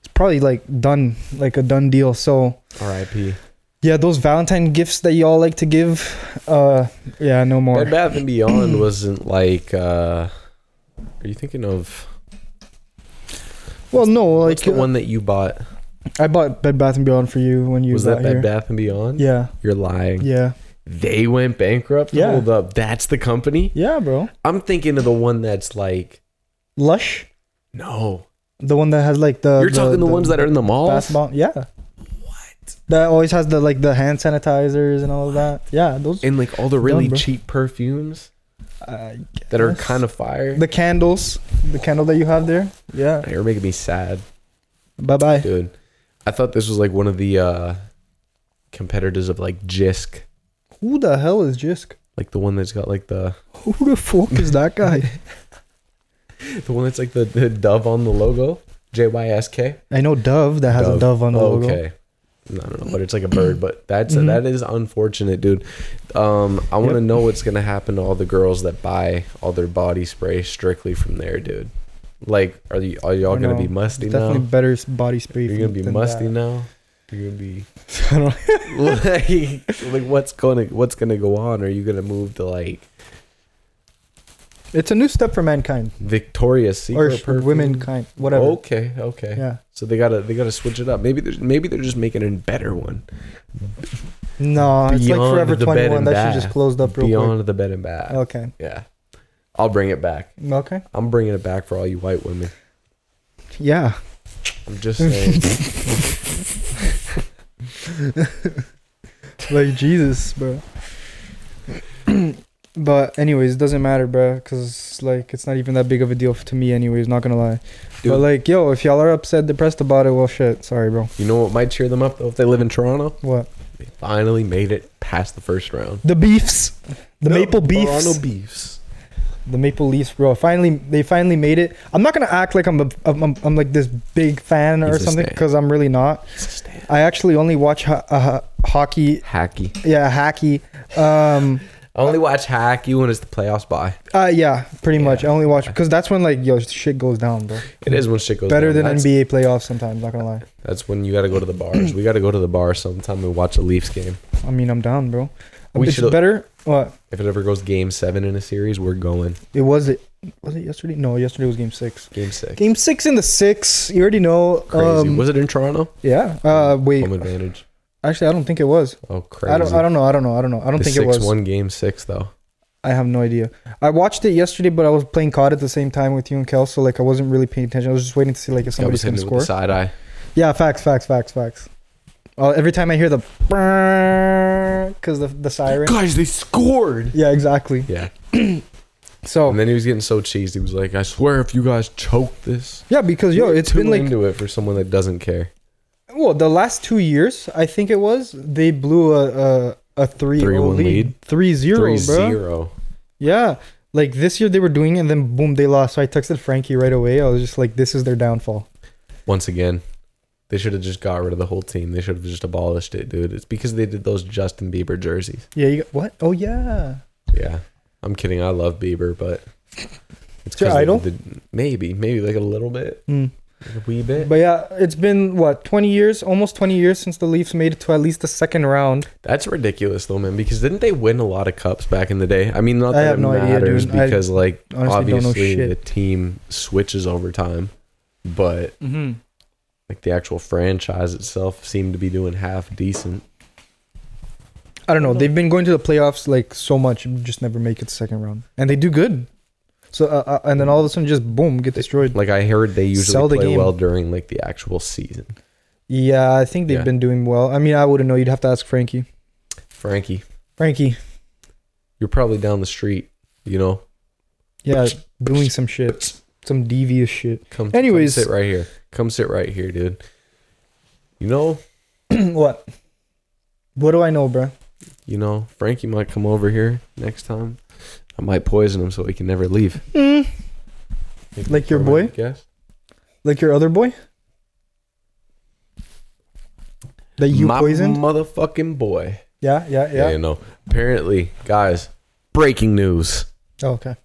B: it's probably like done, like a done deal. So
A: R.I.P.
B: yeah, those Valentine gifts that y'all like to give, uh, yeah, no more.
A: Bed Bath and Beyond wasn't like. uh Are you thinking of?
B: well, no,
A: Like
B: like
A: the one that you bought
B: I bought Bed Bath and Beyond for you when you
A: was
B: got
A: that Bed
B: here.
A: Bath and Beyond?
B: Yeah,
A: You're lying.
B: yeah,
A: They went bankrupt.
B: Yeah.
A: Hold up, that's the company.
B: yeah, bro.
A: I'm thinking of the one that's like
B: Lush.
A: no.
B: The one that has like the.
A: You're talking the, ones that are in the malls.
B: bath bomb. Yeah. What? That always has the like the hand sanitizers and all of that. Yeah, those.
A: and like all the really
B: Done, bro.
A: cheap perfumes
B: I
A: that are
B: guess.
A: kind of fire.
B: the candles, the candle that you have there. Yeah.
A: You're making me sad.
B: Bye bye.
A: dude. I thought this was like one of the uh competitors of like Jisk,
B: Who the hell is Jisk?
A: like the one that's got like the
B: Who the fuck is that guy?
A: the one that's like the, the dove on the logo, JYSK.
B: I know Dove that has a dove on the
A: Oh,
B: logo.
A: Okay. No, no, no, but it's like a bird. But that's
B: Mhm.
A: that is unfortunate, dude. Um, I want to
B: Yep.
A: know what's gonna happen to all the girls that buy all their body spray strictly from there, dude. Like, are you are y'all
B: I
A: gonna be
B: know.
A: musty
B: It's definitely
A: now?
B: better s- body spray.
A: You're gonna be
B: than
A: musty
B: that.
A: now. You're gonna be
B: I don't
A: like, like what's gonna what's gonna go on? Are you gonna move to like
B: It's a new step for mankind
A: Victoria's
B: or
A: Secret
B: sh-
A: perfume?
B: womenkind, whatever.
A: Okay, okay.
B: Yeah.
A: So they gotta they gotta switch it up. Maybe they're maybe they're just making a better one.
B: No, Uh, it's like
A: Beyond
B: Forever
A: the bed
B: 21.
A: and
B: That shit
A: bath.
B: just closed up real
A: Beyond the bed and bath.
B: quick. Okay.
A: Yeah. I'll bring it back.
B: Okay.
A: I'm bringing it back for all you white women.
B: Yeah.
A: I'm just saying.
B: like Jesus, bro. but anyways, it doesn't matter, bro, because like it's not even that big of a deal f- to me, anyways. Not gonna lie. But
A: Dude.
B: like, yo, if y'all are upset, depressed about it, well, shit. Sorry, bro.
A: you know what might cheer them up though if they live in Toronto?
B: What?
A: They finally made it past the first round.
B: The beefs, the maple beefs,
A: Toronto Beefs.
B: the maple leafs, bro. Finally, they finally made it. I'm not gonna act like I'm a, I'm, I'm, I'm like this big fan or
A: He's a
B: something
A: stan.
B: because I'm really not. I actually only watch ho- uh, hockey.
A: Hacky.
B: Yeah, hockey. Um.
A: I only watch hockey when it's the playoffs by.
B: Uh, yeah, pretty much. I
A: Yeah.
B: only watch because that's when like yo shit goes down, bro.
A: It is when shit goes
B: Better
A: down.
B: than
A: that's,
B: NBA playoffs sometimes. Not gonna lie.
A: That's when you got to go to the bars. we got to go to the bar sometime and watch a Leafs game.
B: I mean, I'm down, bro.
A: We
B: it's
A: should-
B: better. What?
A: If it ever goes game seven in a series, we're going
B: It was it. Was it yesterday? No, yesterday was game six.
A: game six.
B: Game six in the six. You already know.
A: Crazy.
B: um,
A: was it in Toronto?
B: yeah. Uh, wait.
A: Home advantage.
B: Actually, I don't think it was.
A: Oh, crazy.
B: I don't. I don't know. I don't know. I don't know. I don't
A: the
B: think it was.
A: One game six though.
B: I have no idea. I watched it yesterday, but I was playing COD at the same time with you and Kel, so like I wasn't really paying attention. I was just waiting to see like if
A: I was
B: somebody's
A: hitting
B: gonna
A: it with
B: score.
A: the side eye.
B: Yeah, facts, facts, facts, facts. Uh, every time I hear the because the the siren.
A: Guys, they scored.
B: Yeah, exactly.
A: Yeah.
B: So
A: And then he was getting so cheesed. He was like, "I swear, if you guys choke this."
B: yeah, because yo, it's
A: Too
B: been like
A: into it for someone that doesn't care.
B: well, the last two years, I think it was they blew a a, a three
A: 3-1
B: lead.
A: lead.
B: three zero,
A: Three
B: bro.
A: zero.
B: Yeah, like this year they were doing it, and then boom, they lost. So I texted Frankie right away. I was just like, this is their downfall.
A: Once again, they should have just got rid of the whole team. They should have just abolished it, dude. It's because they did those Justin Bieber jerseys.
B: Yeah, you got, what? Oh yeah.
A: Yeah, I'm kidding. I love Bieber, but it's
B: Is your
A: 'cause they
B: idol?
A: did- maybe, maybe like a little bit,
B: Mm.
A: a wee bit.
B: But yeah, it's been what twenty years, almost twenty years since the Leafs made it to at least the second round.
A: That's ridiculous, though, man. Because didn't they win a lot of cups back in the day? I mean, not
B: I
A: that
B: have
A: it
B: no idea,
A: matters
B: dude. I
A: because, like,
B: honestly don't know
A: obviously
B: shit.
A: the team switches over time, but
B: Mm-hmm.
A: like the actual franchise itself seemed to be doing half decent.
B: I don't know. They've been going to the playoffs like so much, and just never make it second round, and they do good. So uh, uh, and then all of a sudden, just boom, get destroyed.
A: Like I heard, they usually
B: Sell the
A: play
B: game.
A: well during like the actual season.
B: Yeah, I think they've
A: Yeah.
B: been doing well. I mean, I wouldn't know. You'd have to ask Frankie.
A: Frankie,
B: Frankie,
A: you're probably down the street. You know,
B: yeah, doing some shit, some devious shit.
A: come.
B: Anyways.
A: come sit right here. Come sit right here, dude. You know,
B: what? What do I know, bro?
A: you know, Frankie might come over here next time. I might poison him so he can never leave. Maybe
B: Like your
A: throw in
B: boy?
A: a Guess.
B: Like your other boy that you
A: My
B: poisoned?
A: motherfucking boy.
B: Yeah, yeah,
A: Yeah.
B: yeah.
A: you know. Apparently, guys, breaking news.
B: Oh, okay.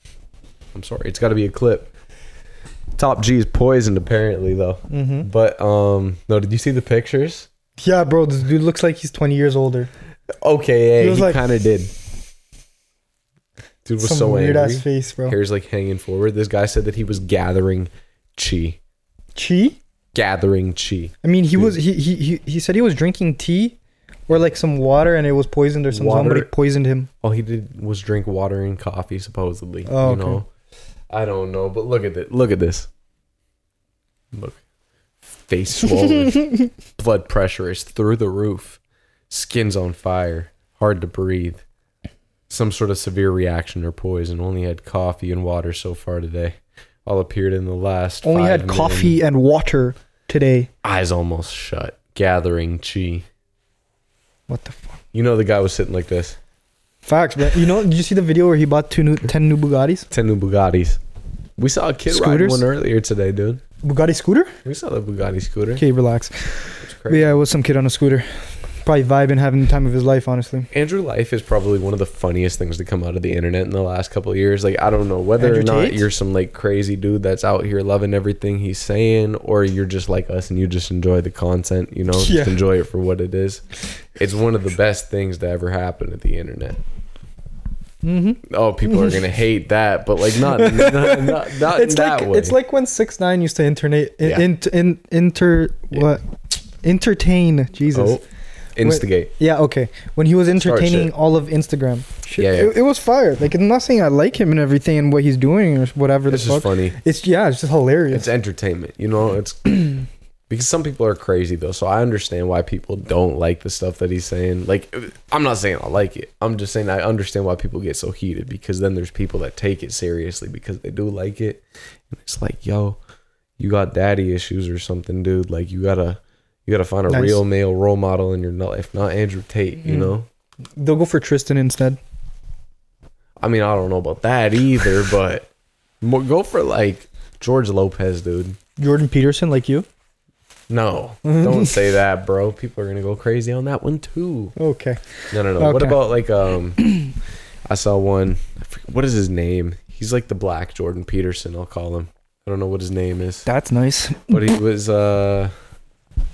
A: I'm sorry, it's got to be a clip. Top G is poisoned apparently though.
B: Mm-hmm.
A: But um, no, did you see the pictures?
B: Yeah, bro, this dude looks like he's twenty years older.
A: Okay,
B: He
A: yeah,
B: was
A: he
B: like-
A: kind of did. Dude was
B: Some
A: so
B: weird
A: angry.
B: ass face, bro.
A: Hair's like hanging forward. This guy said that he was gathering chi,
B: Chi?
A: gathering chi.
B: I mean, he was he, he he he said he was drinking tea or like some water and it was poisoned or some
A: Water?
B: somebody poisoned him.
A: All he did was drink water and coffee, supposedly.
B: Oh,
A: you
B: okay.
A: know, I don't know, but look at it. Look at this. Look, face swollen, blood pressure is through the roof, skin's on fire, hard to breathe. Some sort of severe reaction or poison. Only had coffee and water so far today. All appeared in the last.
B: Only
A: five
B: had
A: minutes.
B: coffee and water today.
A: Eyes almost shut. Gathering chi.
B: What the fuck?
A: You know the guy was sitting like this.
B: Facts, bro. You know, did you see the video where he bought two new, ten new Bugattis?
A: Ten new Bugattis. We saw a kid riding
B: Scooters?
A: one earlier today, dude.
B: Bugatti scooter?
A: We saw the Bugatti scooter.
B: Okay, relax.
A: It's
B: But
A: crazy.
B: yeah, it was some kid on a scooter. Probably vibing, having the time of his life, honestly.
A: Andrew Life is probably one of the funniest things to come out of the internet in the last couple of years. Like, I don't know whether
B: Andrew
A: or not
B: Tate?
A: you're some like crazy dude that's out here loving everything he's saying, or you're just like us and you just enjoy the content, you know, just
B: Yeah.
A: enjoy it for what it is. It's one of the best things to ever happen at the internet.
B: Mm-hmm.
A: Oh, people are gonna hate that, but like not not not, not
B: It's
A: in Uh, that
B: like
A: way.
B: it's like when six nine used to internet in,
A: Yeah.
B: in, in inter
A: Yeah.
B: what entertain Jesus.
A: oh, instigate.
B: Yeah, okay. When he was
A: Start
B: entertaining
A: shit.
B: all of Instagram, shit,
A: Yeah, yeah.
B: It, it was fire. Like I'm not saying I like him and everything and what he's doing or whatever
A: This
B: the
A: is
B: fuck.
A: funny.
B: It's yeah, it's just hilarious.
A: It's entertainment, you know. It's because some people are crazy though, so I understand why people don't like the stuff that he's saying. Like, I'm not saying I like it. I'm just saying I understand why people get so heated because then there's people that take it seriously because they do like it, and it's like, yo, you got daddy issues or something, dude. Like, you gotta. You gotta find a
B: Nice.
A: real male role model in your life, if not Andrew Tate. You
B: Mhm.
A: know,
B: They'll go for Tristan instead.
A: I mean, I don't know about that either, but mo- go for like George Lopez, dude.
B: Jordan Peterson, like you.
A: No, don't say that, bro. People are gonna go crazy on that one too.
B: Okay.
A: No, no, no. What
B: Okay.
A: about like um? I saw one. I forget- What is his name? He's like the black Jordan Peterson. I'll call him. I don't know what his name is,
B: That's nice.
A: but he was uh.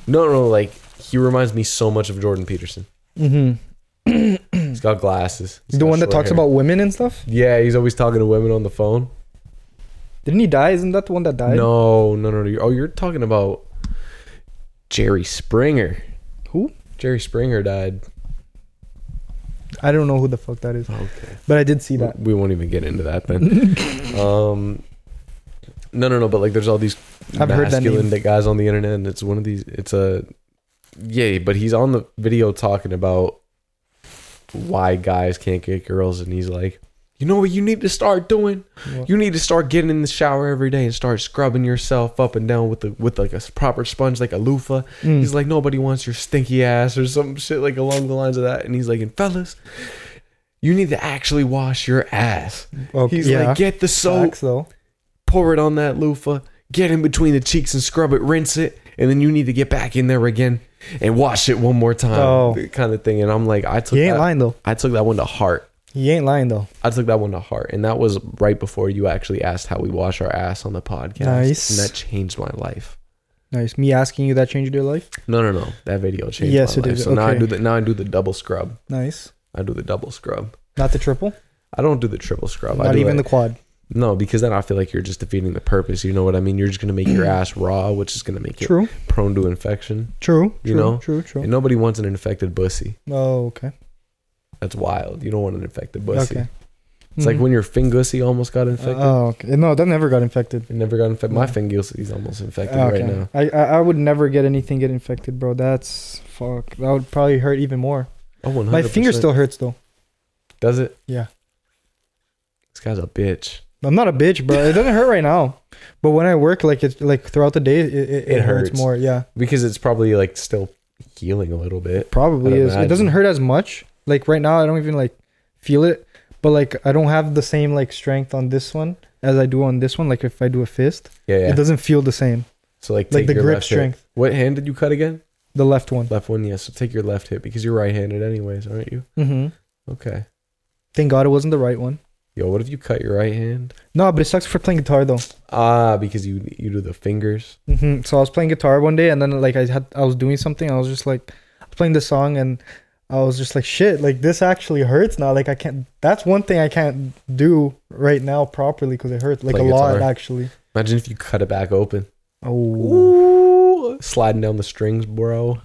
A: No, no, like he reminds me so much of Jordan Peterson.
B: Mm-hmm.
A: He's got glasses. He's
B: The
A: got
B: one that
A: short
B: talks
A: hair.
B: about women and stuff.
A: Yeah, he's always talking to women on the phone.
B: Didn't he die? Isn't that the one that died?
A: No, no, no, no. You're- Oh, you're talking about Jerry Springer.
B: Who?
A: Jerry Springer died.
B: I don't know who the fuck that is,
A: Okay.
B: but I did see
A: W-
B: that.
A: We won't even get into that then. um, no, no, no. But like, there's all these
B: I've heard that
A: masculine guys on the internet, and it's one of these. It's a yay, but he's on the video talking about why guys can't get girls, and he's like, you know what, you need to start doing.
B: What?
A: You need to start getting in the shower every day and start scrubbing yourself up and down with the with like a s- proper sponge, like a loofah.
B: Mm.
A: He's like, nobody wants your stinky ass or some shit like along the lines of that. And he's like, and fellas, you need to actually wash your ass.
B: Okay,
A: He's
B: yeah.
A: like, get the soap,
B: Facts, though.
A: pour it on that loofah, get in between the cheeks and scrub it, rinse it, and then you need to get back in there again and wash it one more time,
B: Oh.
A: kind of thing. And I'm like, I took
B: He ain't
A: that,
B: lying though.
A: I took that one to heart.
B: He ain't lying though.
A: I took that one to heart, and that was right before you actually asked how we wash our ass on the podcast.
B: Nice.
A: and that changed my life.
B: Nice. Me asking you that changed your life.
A: No, no, no, that video changed
B: Yes,
A: my
B: it
A: life.
B: did.
A: So now I
B: Okay.
A: do the now I do the double scrub.
B: Nice.
A: I do the double scrub.
B: Not the triple.
A: I don't do the triple scrub. I
B: Not
A: do
B: even
A: it-
B: the quad.
A: no, because then I feel like you're just defeating the purpose. You know what I mean? You're just gonna make your ass raw, which is gonna make you
B: Mm. True.
A: prone to infection.
B: True.
A: You
B: true,
A: know,
B: True. True.
A: And nobody wants an infected pussy.
B: Oh, okay.
A: That's wild. You don't want an infected pussy.
B: Okay. Mm-hmm.
A: It's like when your fingussy almost got infected.
B: Oh, okay. No, that never got infected.
A: it never got infected. My
B: Yeah.
A: fingussy's almost infected
B: okay.
A: right now.
B: I, I I would never get anything get infected, bro. That's fuck. That would probably hurt even more.
A: Oh, 100%.
B: My finger still hurts though.
A: does it.
B: Yeah.
A: This guy's a bitch.
B: I'm not a bitch, bro. It doesn't hurt right now, but when I work, like it's like throughout the day, it, it, it,
A: It
B: hurts.
A: hurts.
B: more. Yeah,
A: Because it's probably like still healing a little bit.
B: probably
A: I'd
B: is. It
A: imagine.
B: doesn't hurt as much. Like right now, I don't even like feel it, but like I don't have the same like strength on this one as I do on this one. Like if I do a fist,
A: Yeah, yeah.
B: it doesn't feel the same.
A: so like
B: Like
A: take
B: the
A: your
B: grip
A: left hip.
B: strength,
A: What hand did you cut again?
B: the left one.
A: Left one, yes. So take your left hip because you're right-handed anyways, aren't you?
B: Mm-hmm.
A: Okay.
B: Thank God it wasn't the right one.
A: Yo, what if you cut your right hand?
B: No, but it sucks for playing guitar though.
A: Ah, because you you do the fingers.
B: hmm So I was playing guitar one day, and then like I had, I was doing something. I was just like, I was playing this song, and I was just like, shit, like this actually hurts now. Like I can't. That's one thing I can't do right now properly because it hurts like
A: Play
B: a lot
A: guitar.
B: actually.
A: Imagine if you cut it back open.
B: Oh,
A: Ooh, sliding down the strings, bro.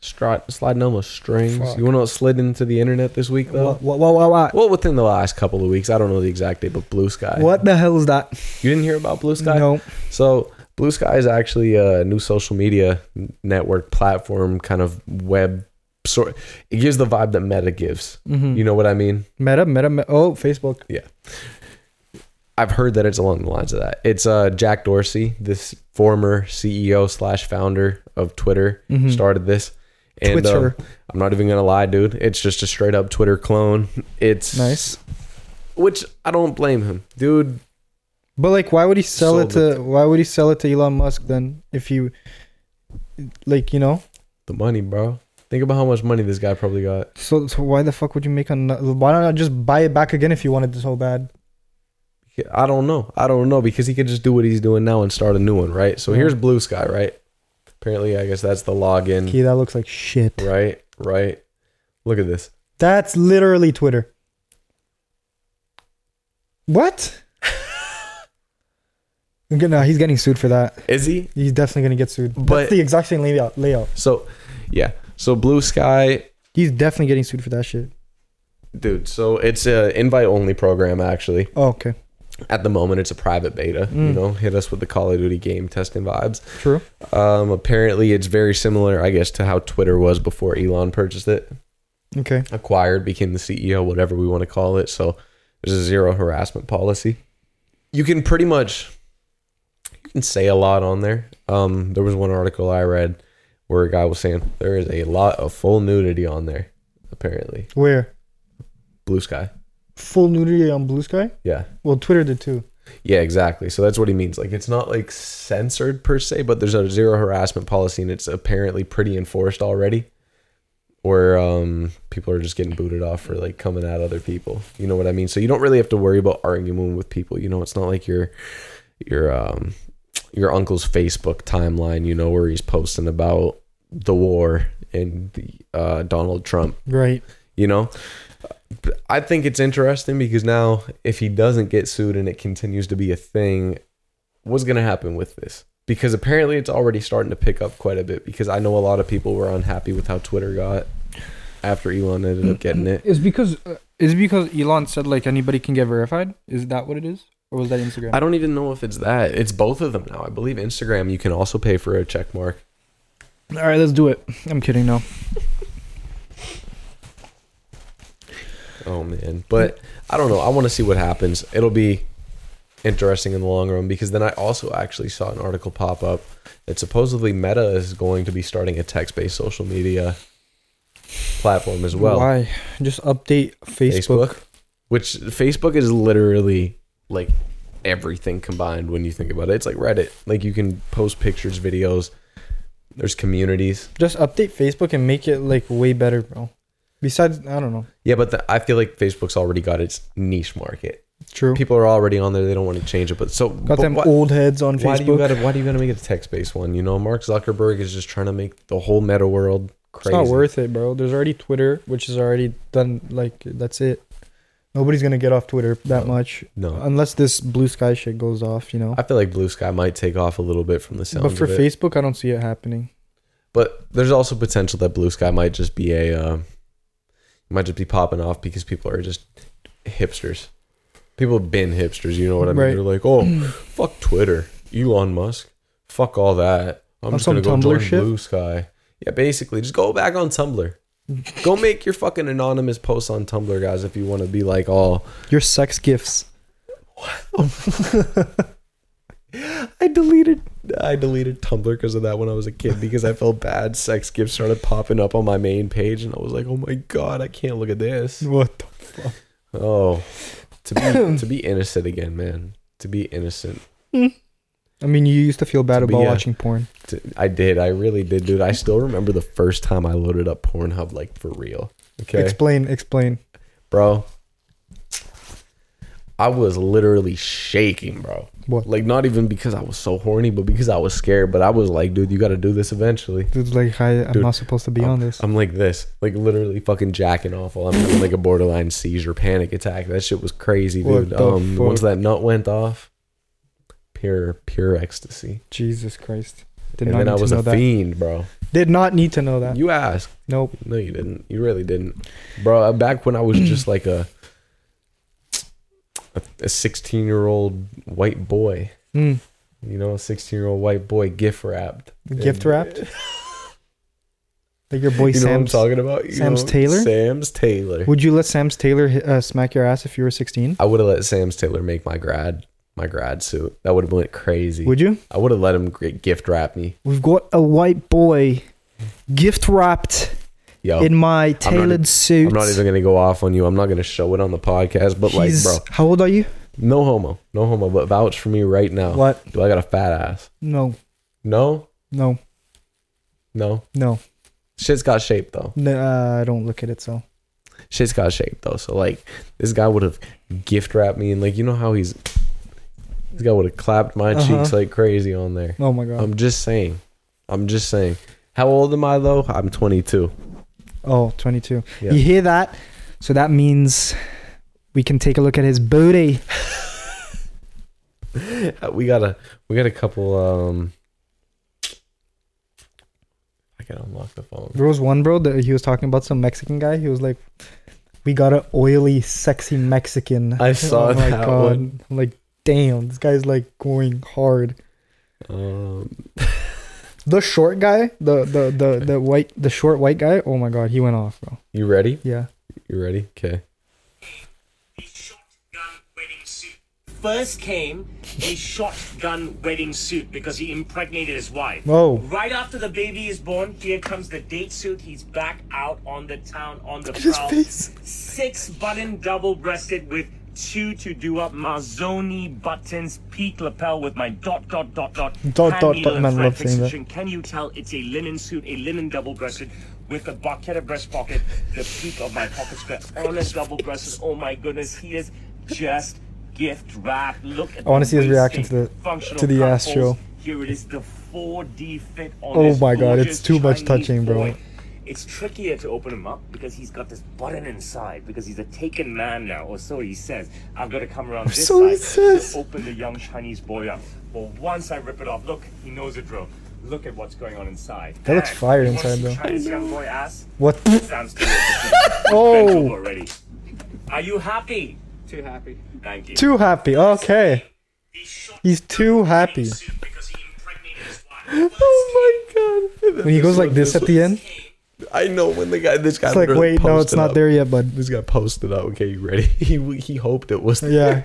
A: Stri- sliding down the strings.
B: Fuck.
A: You want to slid into the internet this week though?
B: what, what, what, what, what?
A: Well, within the last couple of weeks, I don't know the exact date, but Blue Sky.
B: What the hell is that?
A: You didn't hear about Blue Sky?
B: No.
A: So Blue Sky is actually a new social media network platform, kind of web sort. It gives the vibe that Meta gives.
B: hmm
A: You know what I mean?
B: Meta, Meta, Meta. Oh, Facebook.
A: I've heard that it's along the lines of that. It's uh, Jack Dorsey, this former CEO slash founder of Twitter,
B: Mhm.
A: started this. And uh,
B: Twitter.
A: I'm not even gonna lie, dude. It's just a straight up Twitter clone. It's
B: Nice.
A: which I don't blame him, dude.
B: But like, why would he sell it
A: Sold it.
B: to? Why would he sell it to Elon Musk then? If you, like, you know,
A: The money, bro. Think about how much money this guy probably got.
B: So, so why the fuck would you make on? Why not just buy it back again if you wanted it so bad?
A: I don't know. I don't know because he could just do what he's doing now and start a new one, right? So
B: Yeah.
A: here's Blue Sky, right? Apparently, I guess that's the login,
B: Okay, that looks like shit.
A: right? Right. Look at this.
B: That's literally Twitter. What? Okay, no, he's getting sued for that.
A: Is he?
B: He's definitely gonna get sued.
A: But-
B: That's the exact same layout. Layout.
A: So, yeah. So Blue Sky,
B: He's definitely getting sued for that shit.
A: dude. So it's a invite only program actually.
B: Oh, okay.
A: At the moment, it's a private beta. You
B: Mm.
A: know, hit us with the Call of Duty game testing vibes.
B: True.
A: Um, apparently, it's very similar, I guess, to how Twitter was before Elon purchased it.
B: Okay.
A: acquired, became the CEO, whatever we want to call it. So there's a zero harassment policy. You can pretty much you can say a lot on there. Um, there was one article I read where a guy was saying there is a lot of full nudity on there. Apparently,
B: Where?
A: blue sky.
B: Full nudity on Blue Sky?
A: Yeah,
B: Well, Twitter did too.
A: yeah, exactly. So that's what he means. Like it's not like censored per se, but there's a zero harassment policy, and it's apparently pretty enforced already. Where um, people are just getting booted off for like coming at other people. You know what I mean? So you don't really have to worry about arguing with people. You know, it's not like your your um your uncle's Facebook timeline. You know where he's posting about the war and the, uh, Donald Trump
B: Right.
A: you know But i think it's interesting because now if he doesn't get sued and it continues to be a thing what's going to happen with this because apparently it's already starting to pick up quite a bit because i know a lot of people were unhappy with how twitter got after elon ended up getting it
B: It's because uh, is because Elon said like anybody can get verified. Is that what it is, or was that Instagram?
A: i don't even know if it's that it's both of them now i believe instagram you can also pay for a check mark
B: All right, let's do it. I'm kidding. No.
A: oh man but i don't know i want to see what happens it'll be interesting in the long run because then I also actually saw an article pop up that supposedly Meta is going to be starting a text-based social media platform as well.
B: why? Just update Facebook.
A: which Facebook is literally like everything combined when you think about it. It's like Reddit. Like you can post pictures, videos. There's communities.
B: Just update Facebook and make it like way better, bro. Besides, I don't know.
A: Yeah, but the, I feel like Facebook's already got its niche market.
B: True.
A: People are already on there. They don't want to change it. But so
B: Got
A: but
B: them
A: why-
B: old heads on
A: Why do you
B: Facebook.
A: gotta Why do you gotta make it a text based one? You know, Mark Zuckerberg is just trying to make the whole meta world
B: it's
A: crazy.
B: not worth it, bro. There's already Twitter, which is already done. Like that's it. Nobody's gonna get off Twitter that
A: No.
B: much
A: No,
B: unless this blue sky shit goes off, you know.
A: I feel like Blue Sky might take off a little bit from the sound.
B: But for
A: of it.
B: Facebook, I don't see it happening.
A: but there's also potential that Blue Sky might just be a um, might just be popping off because people are just hipsters. People have been hipsters. You know what I mean?
B: Right.
A: They're like, oh, fuck Twitter, Elon Musk, fuck all that. I'm
B: On
A: just gonna go
B: some Tumblr
A: join
B: shit?
A: Blue Sky. Yeah, basically, just go back on Tumblr. go make your fucking anonymous posts on Tumblr, guys, if you want to be like all.
B: Your sex gifts.
A: I deleted I deleted Tumblr because of that when I was a kid because I felt bad. Sex gifts started popping up on my main page, and I was like, oh my god, I can't look at this.
B: What the fuck?
A: Oh, to be to be innocent again, man. To be innocent.
B: I mean, you used to feel bad
A: To be,
B: about
A: uh,
B: watching porn.
A: To- I did. I really did, dude. I still remember the first time I loaded up Pornhub, like for real. Okay,
B: Explain, explain.
A: bro. I was literally shaking, bro.
B: What?
A: Like not even because I was so horny, but because I was scared. But I was like, dude, you got to do this eventually.
B: Dude's like, hi, I'm
A: Dude,
B: not supposed to be on this.
A: I'm like this, like literally fucking jacking off while I'm having like a borderline seizure panic attack. That shit was crazy,
B: What
A: dude.
B: the
A: Um, once
B: fuck?
A: that nut went off, pure pure ecstasy.
B: Jesus Christ. Did
A: and
B: not
A: then
B: need
A: I was
B: to know
A: a
B: that.
A: fiend, bro.
B: Did not need to know that.
A: You asked?
B: nope.
A: No, you didn't. You really didn't, bro. uh, Back when I was just like a a- a sixteen year old white boy,
B: Mm.
A: you know, a sixteen year old white boy gift wrapped. And-
B: Gift wrapped? Like your boy
A: You know what I'm
B: Sam's.
A: talking about? You
B: Sam's
A: know,
B: Taylor?
A: Sam's Taylor.
B: Would you let Sam's Taylor hi- uh, smack your ass if you were 16?
A: I would have let Sam's Taylor make my grad my grad suit. That would have went crazy.
B: Would you?
A: I would have let him g- gift wrap me.
B: We've got a white boy gift wrapped
A: Yo,
B: in my
A: not e-
B: tailored suit.
A: I'm not even gonna go off on you. I'm not gonna show it on the podcast. But
B: He's-
A: like, bro,
B: How old are you?
A: no homo, no homo. But vouch for me right now.
B: What?
A: Do I got a fat ass?
B: No,
A: No,
B: no,
A: no.
B: no.
A: Shit's got shape though.
B: Nah, I don't look at it so.
A: Shit's got shape though. So like this guy would have gift wrapped me and like you know how he's this guy would have clapped my
B: Uh-huh.
A: cheeks like crazy on there.
B: Oh my god.
A: I'm just saying. I'm just saying. How old am I though? I'm 22.
B: oh, 22.
A: Yeah.
B: You hear that? So that means we can take a look at his booty.
A: Uh, We got a we got a couple. um I can unlock the phone.
B: There was one bro that he was talking about some Mexican guy. He was like, "We got an oily, sexy Mexican." Oh
A: I saw that one.
B: I'm like, damn, this guy's like going hard.
A: Um,
B: The short guy, the the the the white, the short white guy. Oh my god, he went off, bro.
A: you ready?
B: Yeah.
A: You ready? Okay.
C: shotgun wedding suit. First came a shotgun wedding suit because he impregnated his wife.
B: Whoa.
C: Right after the baby is born, here comes the date suit. He's back out on the town on the
B: His
C: prowl.
B: face.
C: Six button double breasted with two to do up Mazzoni buttons, peak lapel with my dot dot dot dot.
B: Dot,
C: hand
B: dot, dot.
C: needle and
B: Man,
C: thread
B: love saying that.
C: fixation. Can you tell it's a linen suit, a linen double breasted with a bucket breast pocket, the peak of my pocket square on a double breasted? Oh my goodness, he is just gift wrapped. Look at
B: I wanna
C: the
B: see his reaction
C: waistband,
B: to the-
C: functional
B: to the
C: cuff
B: ass
C: holes.
B: show.
C: Here it is, the 4D fit on
B: Oh
C: this
B: my God,
C: gorgeous
B: it's too much
C: Chinese
B: touching, bro.
C: boy. It's trickier to open him up because he's got this button inside because he's a taken man now, or so he says. I've got to come around this
B: So he
C: side
B: says.
C: to open the young Chinese boy up. But once I rip it off, look, he knows the drill. Look at what's going on inside.
B: That looks
C: And
B: fire
C: you wanna
B: inside,
C: see
B: though.
C: Chinese young boy ass
B: What?
C: stands to it. Bent over
B: Oh,
C: already. Are you happy?
D: Too happy.
C: Thank you.
B: too happy. Okay. He's too happy.
A: Oh my god!
B: When he goes like this at the end,
A: I know when the guy this guy.
B: it's like,
A: literally
B: wait, no,
A: posted
B: it's not
A: up-
B: there yet, bud.
A: This guy posted up. Okay, you ready? He he hoped it was.
B: Yeah.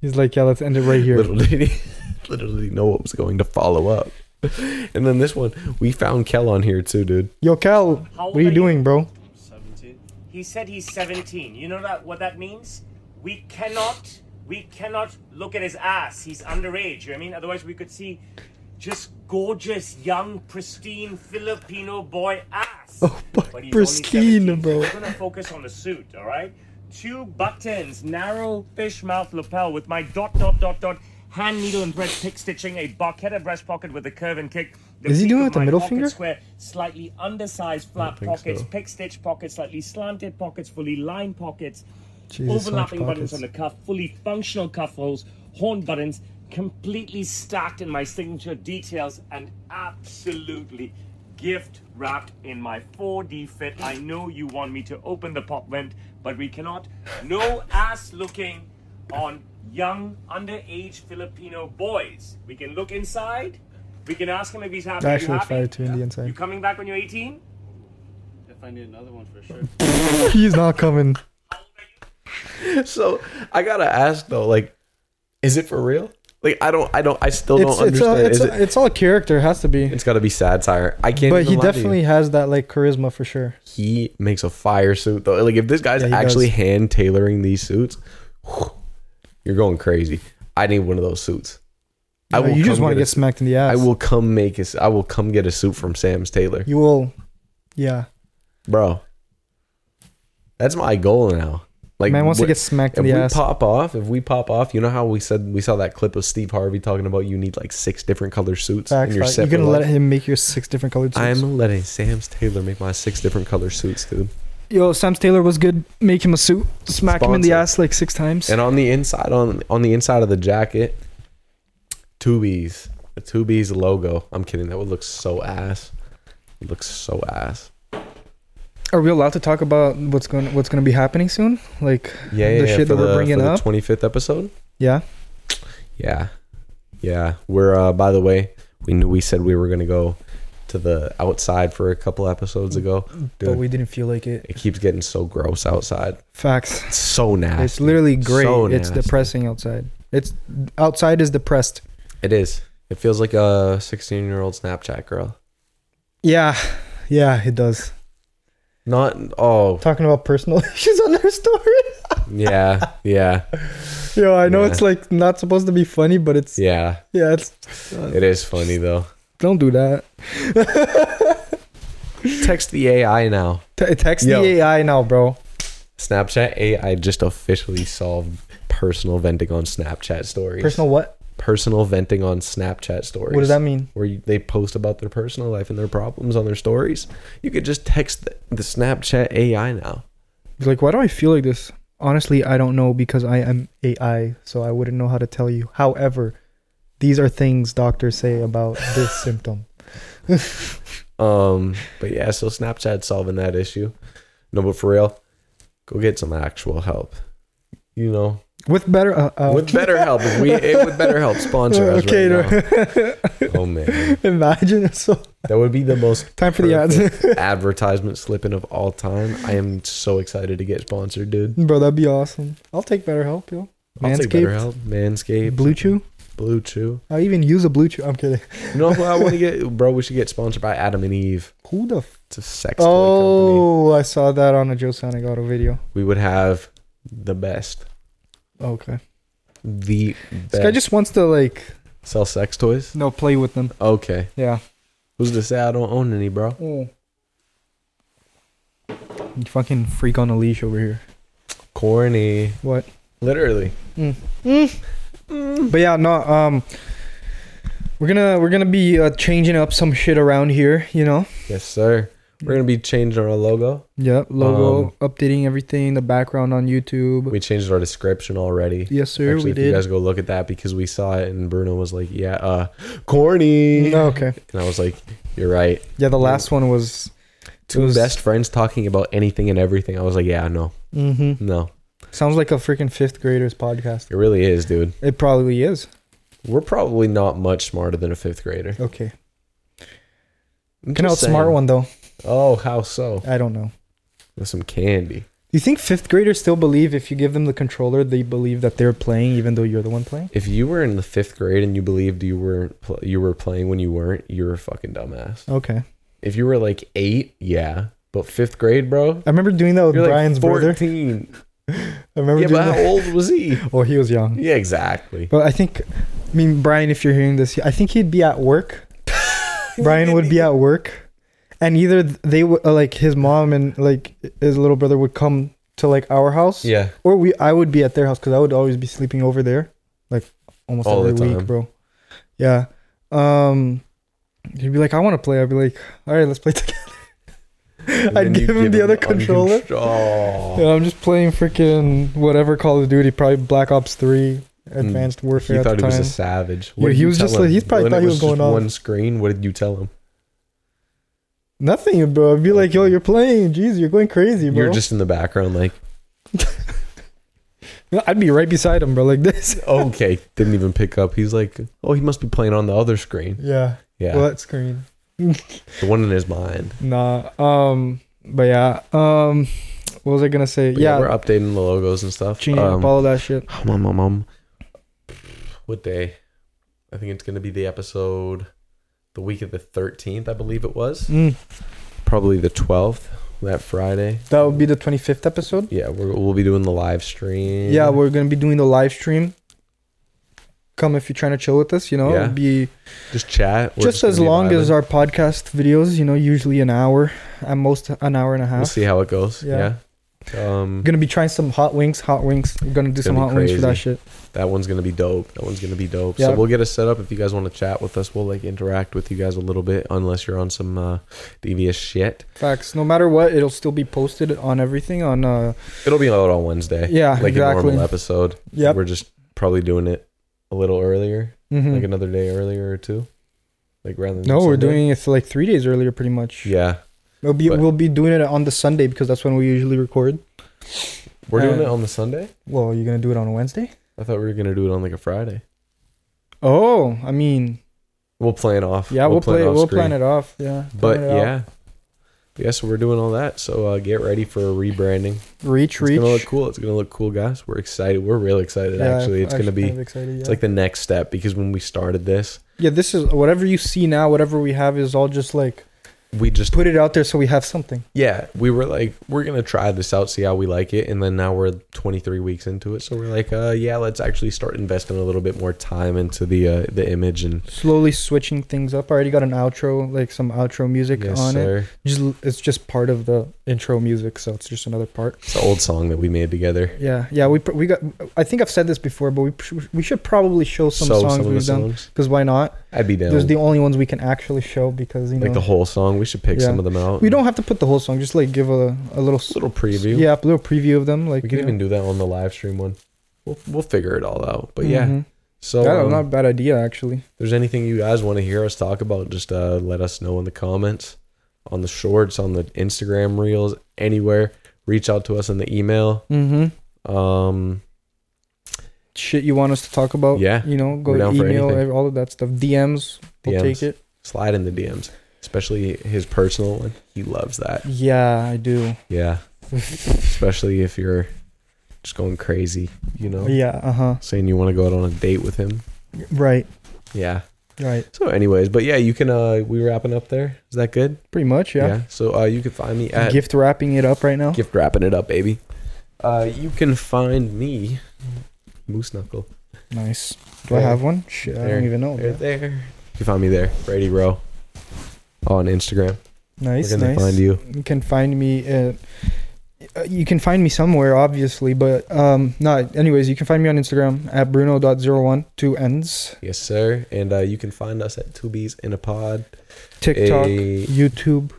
B: He's like, yeah, let's end it right here.
A: Little did he little did he know what was going to follow up. And then this one, we found Kel on here too, dude.
B: Yo, Cal,
C: How old
B: what are you
C: are you?
B: doing, bro?
D: 17.
C: He said he's 17. You know that what that means? We cannot we cannot look at his ass. He's underage. You know what I mean? Otherwise we could see just gorgeous, young, pristine Filipino boy ass. Oh, but he's only
B: pristine,
C: 17, so
B: bro.
C: We're gonna focus on the suit, all right? Two buttons, narrow fish mouth lapel with my dot dot dot dot hand needle and thread pick stitching, a barquetta breast pocket with a curve and kick. The
B: Is he
C: peak
B: doing it
C: of
B: with the
C: my
B: middle
C: pocket
B: finger?
C: Square, slightly undersized flap
A: think
C: pockets,
A: so.
C: pick stitch pockets, slightly slanted pockets, fully lined pockets,
B: Jesus, so much
C: overlapping buttons
B: pockets.
C: on the cuff, fully functional cuff holes, horn buttons, completely stacked in my signature details, and absolutely gift wrapped in my 4D fit. I know you want me to open the pop vent, but we cannot. No ass looking on young, underage Filipino boys. We can look inside. We can ask him if he's happy.
B: That
C: Are you
B: actually looks
C: happy?
B: fire too in the
C: You
B: inside.
C: coming back when you're 18?
D: If I need another one for sure.
B: He's not coming.
A: So I gotta ask though, like, is it for real? Like I don't I don't I still
B: It's
A: don't
B: it's all,
A: understand.
B: it's,
A: is
B: all- it's all character. Has to
A: it,
B: be.
A: has gotta be satire. I can't
B: But
A: even
B: he
A: lie to you.
B: definitely has that like charisma for sure.
A: he makes a fire suit though. Like if this guy's
B: Yeah, he
A: actually
B: does.
A: hand tailoring these suits, whew, you're going crazy. I need one of those suits. I
B: You, know, you just
A: come
B: want to
A: a
B: get
A: suit.
B: smacked in the ass.
A: I will come make a. s- I will come get a suit from Sam's Taylor,
B: You will. Yeah.
A: bro. That's my goal now. Like
B: Man wants to
A: wh-
B: get smacked
A: if
B: in the
A: we
B: ass.
A: pop off, if we pop off, you know how we said we saw that clip of Steve Harvey talking about you need like six different color suits
B: Facts.
A: in your
B: facts. You're
A: set.
B: gonna let him make your six different colored suits.
A: I'm letting Sam's Taylor make my six different color suits, dude.
B: Yo, Sam Taylor was good. Make him a suit. Smack him in the
A: Sponsor.
B: ass like six times.
A: And on the inside, on on the inside of the jacket, two B's, a two B's logo. I'm kidding. That would look so ass. It looks so ass.
B: Are we allowed to talk about what's going what's gonna be happening soon? Like
A: Yeah, yeah.
B: the
A: yeah,
B: shit
A: for
B: that we're
A: the-
B: bringing
A: for
B: up.
A: The 25th episode.
B: yeah.
A: Yeah. Yeah. We're uh by the way, we knew we said we were gonna go to the outside for a couple episodes ago.
B: But
A: Dude,
B: we didn't feel like it.
A: it keeps getting so gross outside.
B: Facts.
A: It's so nasty.
B: It's literally great.
A: So
B: it's
A: nasty.
B: depressing outside. It's outside is depressed.
A: It is. It feels like a sixteen year old Snapchat girl.
B: Yeah, yeah, it does.
A: Not oh
B: Talking about personal issues on their story.
A: yeah, yeah,
B: Yo, I know
A: Yeah.
B: it's like not supposed to be funny, but it's yeah,
A: yeah.
B: it's
A: It is funny though.
B: don't do that.
A: Text the AI now.
B: T- text
A: Yo.
B: the AI now, bro.
A: Snapchat AI just officially solved personal venting on Snapchat stories.
B: Personal what?
A: personal venting on Snapchat stories.
B: What does that mean?
A: Where you, they post about their personal life and their problems on their stories. You could just text the, the Snapchat AI now.
B: He's like, why do I feel like this? Honestly, I don't know because I am AI, so I wouldn't know how to tell you. However, these are things doctors say about this symptom.
A: Um, but yeah, so Snapchat's solving that issue. No, but for real, go get some actual help. You know,
B: With better, uh, uh,
A: with BetterHelp, if we it, with BetterHelp sponsor us
B: Okay,
A: right now. Oh man,
B: imagine so.
A: that would be the most
B: Time for the ads.
A: perfect advertisement slipping of all time. I am so excited to get sponsored, dude.
B: Bro, that'd be awesome. I'll take BetterHelp, yo.
A: I'll take
B: Manscaped,
A: BetterHelp, Manscaped,
B: Blue Chew.
A: Blue Chew.
B: I even use a Blue Chew. I'm kidding.
A: You know who I want to get, bro? We should get sponsored by Adam and Eve.
B: Who the? F-
A: It's a sex toy company.
B: oh, I saw that on a Joe Sanegato video.
A: We would have the best,
B: Okay,
A: the
B: this guy
A: best.
B: just wants to like
A: sell sex toys.
B: no play with them.
A: Okay,
B: Yeah.
A: who's to say I don't own any, bro?
B: You fucking freak on a leash over here.
A: Corny,
B: What?
A: literally.
B: But yeah, no. Um, we're gonna we're gonna be uh, changing up some shit around here. You know.
A: Yes, sir. We're gonna be changing our logo.
B: Yeah. Logo,
A: Um,
B: updating everything, the background on YouTube.
A: We changed our description already.
B: yes, sir.
A: Actually,
B: we
A: if you
B: did.
A: guys go look at that because we saw it and Bruno was like, "Yeah, uh, corny,"
B: No, okay.
A: and I was like, "You're right."
B: Yeah, the last one was.
A: Two
B: was-
A: best friends talking about anything and everything. I was like, "Yeah, no,
B: hmm
A: no,
B: Sounds like a freaking fifth graders podcast.
A: it really is, dude."
B: It probably is.
A: We're probably not much smarter than a fifth grader.
B: Okay.
A: I'm
B: Can
A: just
B: outsmart
A: saying.
B: one though.
A: Oh, how so?
B: I don't know.
A: With some candy.
B: Do you think fifth graders still believe if you give them the controller, they believe that they're playing, even though you're the one playing?
A: If you were in the fifth grade and you believed you weren't pl- you were playing when you weren't, you're a fucking dumbass.
B: Okay.
A: If you were like eight, yeah, but fifth grade, bro,
B: I remember doing that with
A: you're
B: Brian's
A: like
B: brother.
A: fourteen.
B: I remember
A: yeah,
B: doing
A: but how
B: that.
A: old was he?
B: Well, he was young.
A: Yeah, exactly.
B: But I think, I mean, Brian, if you're hearing this, I think he'd be at work. Brian would be at work, and either they would uh, like his mom and like his little brother would come to like our house,
A: Yeah,
B: or we I would be at their house because I would always be sleeping over there, like almost
A: All the
B: every week,
A: time.
B: bro. Yeah. Um, he'd be like, "I want to play." I'd be like, "All right, let's play together."
A: And
B: I'd
A: then you
B: give him the other
A: uncontro-
B: controller.
A: Oh,
B: Yeah, I'm just playing freaking whatever Call of Duty, probably Black Ops 3, Advanced Warfare
A: he
B: at the
A: Hmm. thought he was
B: time.
A: a savage.
B: Yeah,
A: did
B: he
A: you
B: was
A: tell
B: just like-
A: him?
B: he's probably
A: When
B: thought
A: it
B: he was
A: just
B: going off.
A: One screen. What did you tell him?
B: Nothing, bro. I'd be like, yo, you're playing. Jeez, you're going crazy, bro.
A: You're just in the background, like.
B: I'd be right beside him, bro, like this.
A: okay, didn't even pick up. He's like, oh, he must be playing on the other screen.
B: Yeah.
A: Yeah,
B: What screen?
A: the one in his mind.
B: Nah. Um, but yeah. Um, what was I gonna say?
A: But yeah.
B: yeah.
A: we're updating the logos and stuff.
B: changing up all that shit.
A: um, um, um, um. What day? I think it's gonna be the episode, the week of the thirteenth, I believe it was.
B: Mm,
A: Probably the twelfth, that Friday.
B: that would be the 25th episode.
A: Yeah, we're, we'll be doing the live stream.
B: Yeah, we're gonna be doing the live stream. Come if you're trying to chill with us, you know.
A: Yeah.
B: It'd be
A: just chat. We're
B: just as
A: gonna be
B: long as
A: vibing.
B: our podcast videos, you know, usually an hour, at most an hour and a half.
A: We'll see how it goes.
B: Yeah.
A: Yeah. Um,
B: gonna be trying some hot wings. Hot wings. We're gonna do some
A: be
B: hot wings for that shit.
A: that one's gonna be dope. That one's gonna be dope.
B: Yeah.
A: So we'll get a setup if you guys want to chat with us. We'll like interact with you guys a little bit, unless you're on some uh, devious shit.
B: Facts. No matter what, it'll still be posted on everything. On uh,
A: It'll be out on Wednesday.
B: Yeah,
A: like a
B: exactly.
A: normal episode.
B: Yep.
A: we're just probably doing it a little earlier,
B: mhm.
A: like another day earlier or two, like rather. Than
B: no, we're
A: Sunday.
B: doing it like three days earlier, pretty much.
A: Yeah,
B: we'll be
A: but-
B: we'll be doing it on the Sunday because that's when we usually record.
A: we're doing
B: Uh,
A: it on the Sunday.
B: Well, you're gonna do it on a Wednesday.
A: I thought we were gonna do it on like a Friday.
B: Oh, I mean,
A: We'll plan off.
B: yeah, we'll, play.
A: it off
B: We'll
A: screen.
B: plan it off. Yeah,
A: But
B: plan it out.
A: yeah, yeah. So we're doing all that. So uh, get ready for a rebranding.
B: reach, reach.
A: It's gonna look cool. It's gonna look cool, guys. We're excited. We're real excited.
B: Yeah,
A: actually, it's
B: actually
A: gonna be.
B: kind of excited,
A: It's
B: yeah.
A: like the next step because when we started this,
B: yeah, this is whatever you see now. Whatever we have is all just like
A: we just
B: Put it out there so we have something.
A: yeah we were like we're gonna try this out see how we like it and then now we're 23 weeks into it so we're like uh yeah let's actually start investing a little bit more time into the uh the image and
B: Slowly switching things up. I already got an outro, like some outro music
A: yes
B: on it.
A: sir
B: Just it's just part of the intro music, so it's just another part.
A: it's an old song that we made together
B: Yeah, yeah. We pr- we got. I think I've said this before, but we pr- we should probably show some
A: So,
B: songs
A: some of the
B: we've done
A: songs
B: because why not?
A: i'd be down
B: There's the only ones we can actually show because you know
A: like the whole song we should pick
B: Yeah.
A: some of them out
B: we don't have to put the whole song. Just like give a a little s-
A: little preview
B: Yeah, a little preview of them. Like
A: we could
B: you
A: even
B: know.
A: do that on the live stream one we'll, we'll figure it all out but yeah
B: Mhm.
A: so
B: Yeah,
A: um,
B: not a bad idea actually.
A: if there's anything you guys want to hear us talk about, just uh, let us know in the comments, on the shorts, on the Instagram reels, anywhere. Reach out to us in the email.
B: Mm-hmm.
A: Um,
B: Shit, you want us to talk about?
A: Yeah,
B: you know, go
A: we're down for
B: email
A: anything.
B: all of that stuff. DMs, we'll
A: DMs.
B: take it.
A: slide in the DMs, especially his personal one. He loves that.
B: Yeah, I do.
A: Yeah, especially if you're just going crazy, you know,
B: Yeah, uh huh.
A: saying you want to go out on a date with him.
B: Right,
A: Yeah.
B: right.
A: So, anyways, but yeah, you can. Uh, we wrapping up there. Is that good?
B: Pretty much, yeah.
A: So uh, you can find me at
B: Gift wrapping it up right now.
A: gift wrapping it up, baby. Uh, you can find me, Moose Knuckle.
B: Nice. Do I
A: There.
B: have one? Shit, I
A: There.
B: don't even know.
A: There,
B: bro.
A: there. You can find me there, Brady Rowe, on Instagram.
B: Nice,
A: Where can they
B: nice.
A: find you?
B: You can find me. At, uh, you can find me somewhere, obviously, but um, not. Anyways, you can find me on Instagram at bruno.01, two ends.
A: Yes, sir. And uh, you can find us at Two Bees in a Pod.
B: TikTok,
A: Hey.
B: YouTube,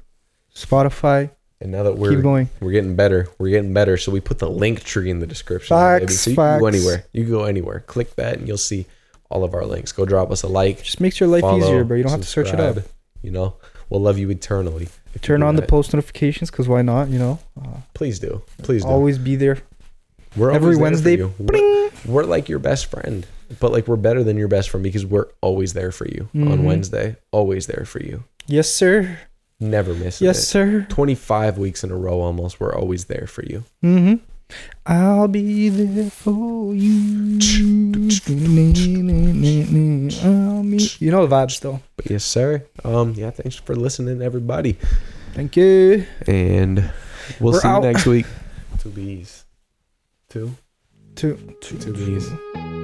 B: Spotify.
A: And now that we're
B: Keep going.
A: we're getting better, we're getting better. So we put the link tree in the description.
B: Facts,
A: So you can go
B: facts.
A: anywhere. You can go anywhere. Click that, and you'll see all of our links. Go drop us a like.
B: Just makes your life
A: follow,
B: easier, bro. You don't have to search it up.
A: subscribe. You know, we'll love you eternally. if you
B: Turn
A: do
B: on the
A: that.
B: post notifications because why not? You know, uh,
A: Please do. Please do.
B: always be there.
A: We're
B: Every
A: always there for
B: Wednesday,
A: you. We're, we're like your best friend, but like we're better than your best friend because we're always there for you on
B: Mhm.
A: Wednesday. Always there for you.
B: Yes, sir.
A: Never miss
B: Yes,
A: it.
B: sir.
A: 25 weeks in a row almost. We're always there for you.
B: Mm-hmm. I'll be there for you. I'll be- You know the vibes, though.
A: But yes, sir. Um, yeah, thanks for listening, everybody.
B: Thank you.
A: And we'll
B: We're
A: see
B: out.
A: you next week. Two bees. Two?
B: Two, two,
A: Two bees.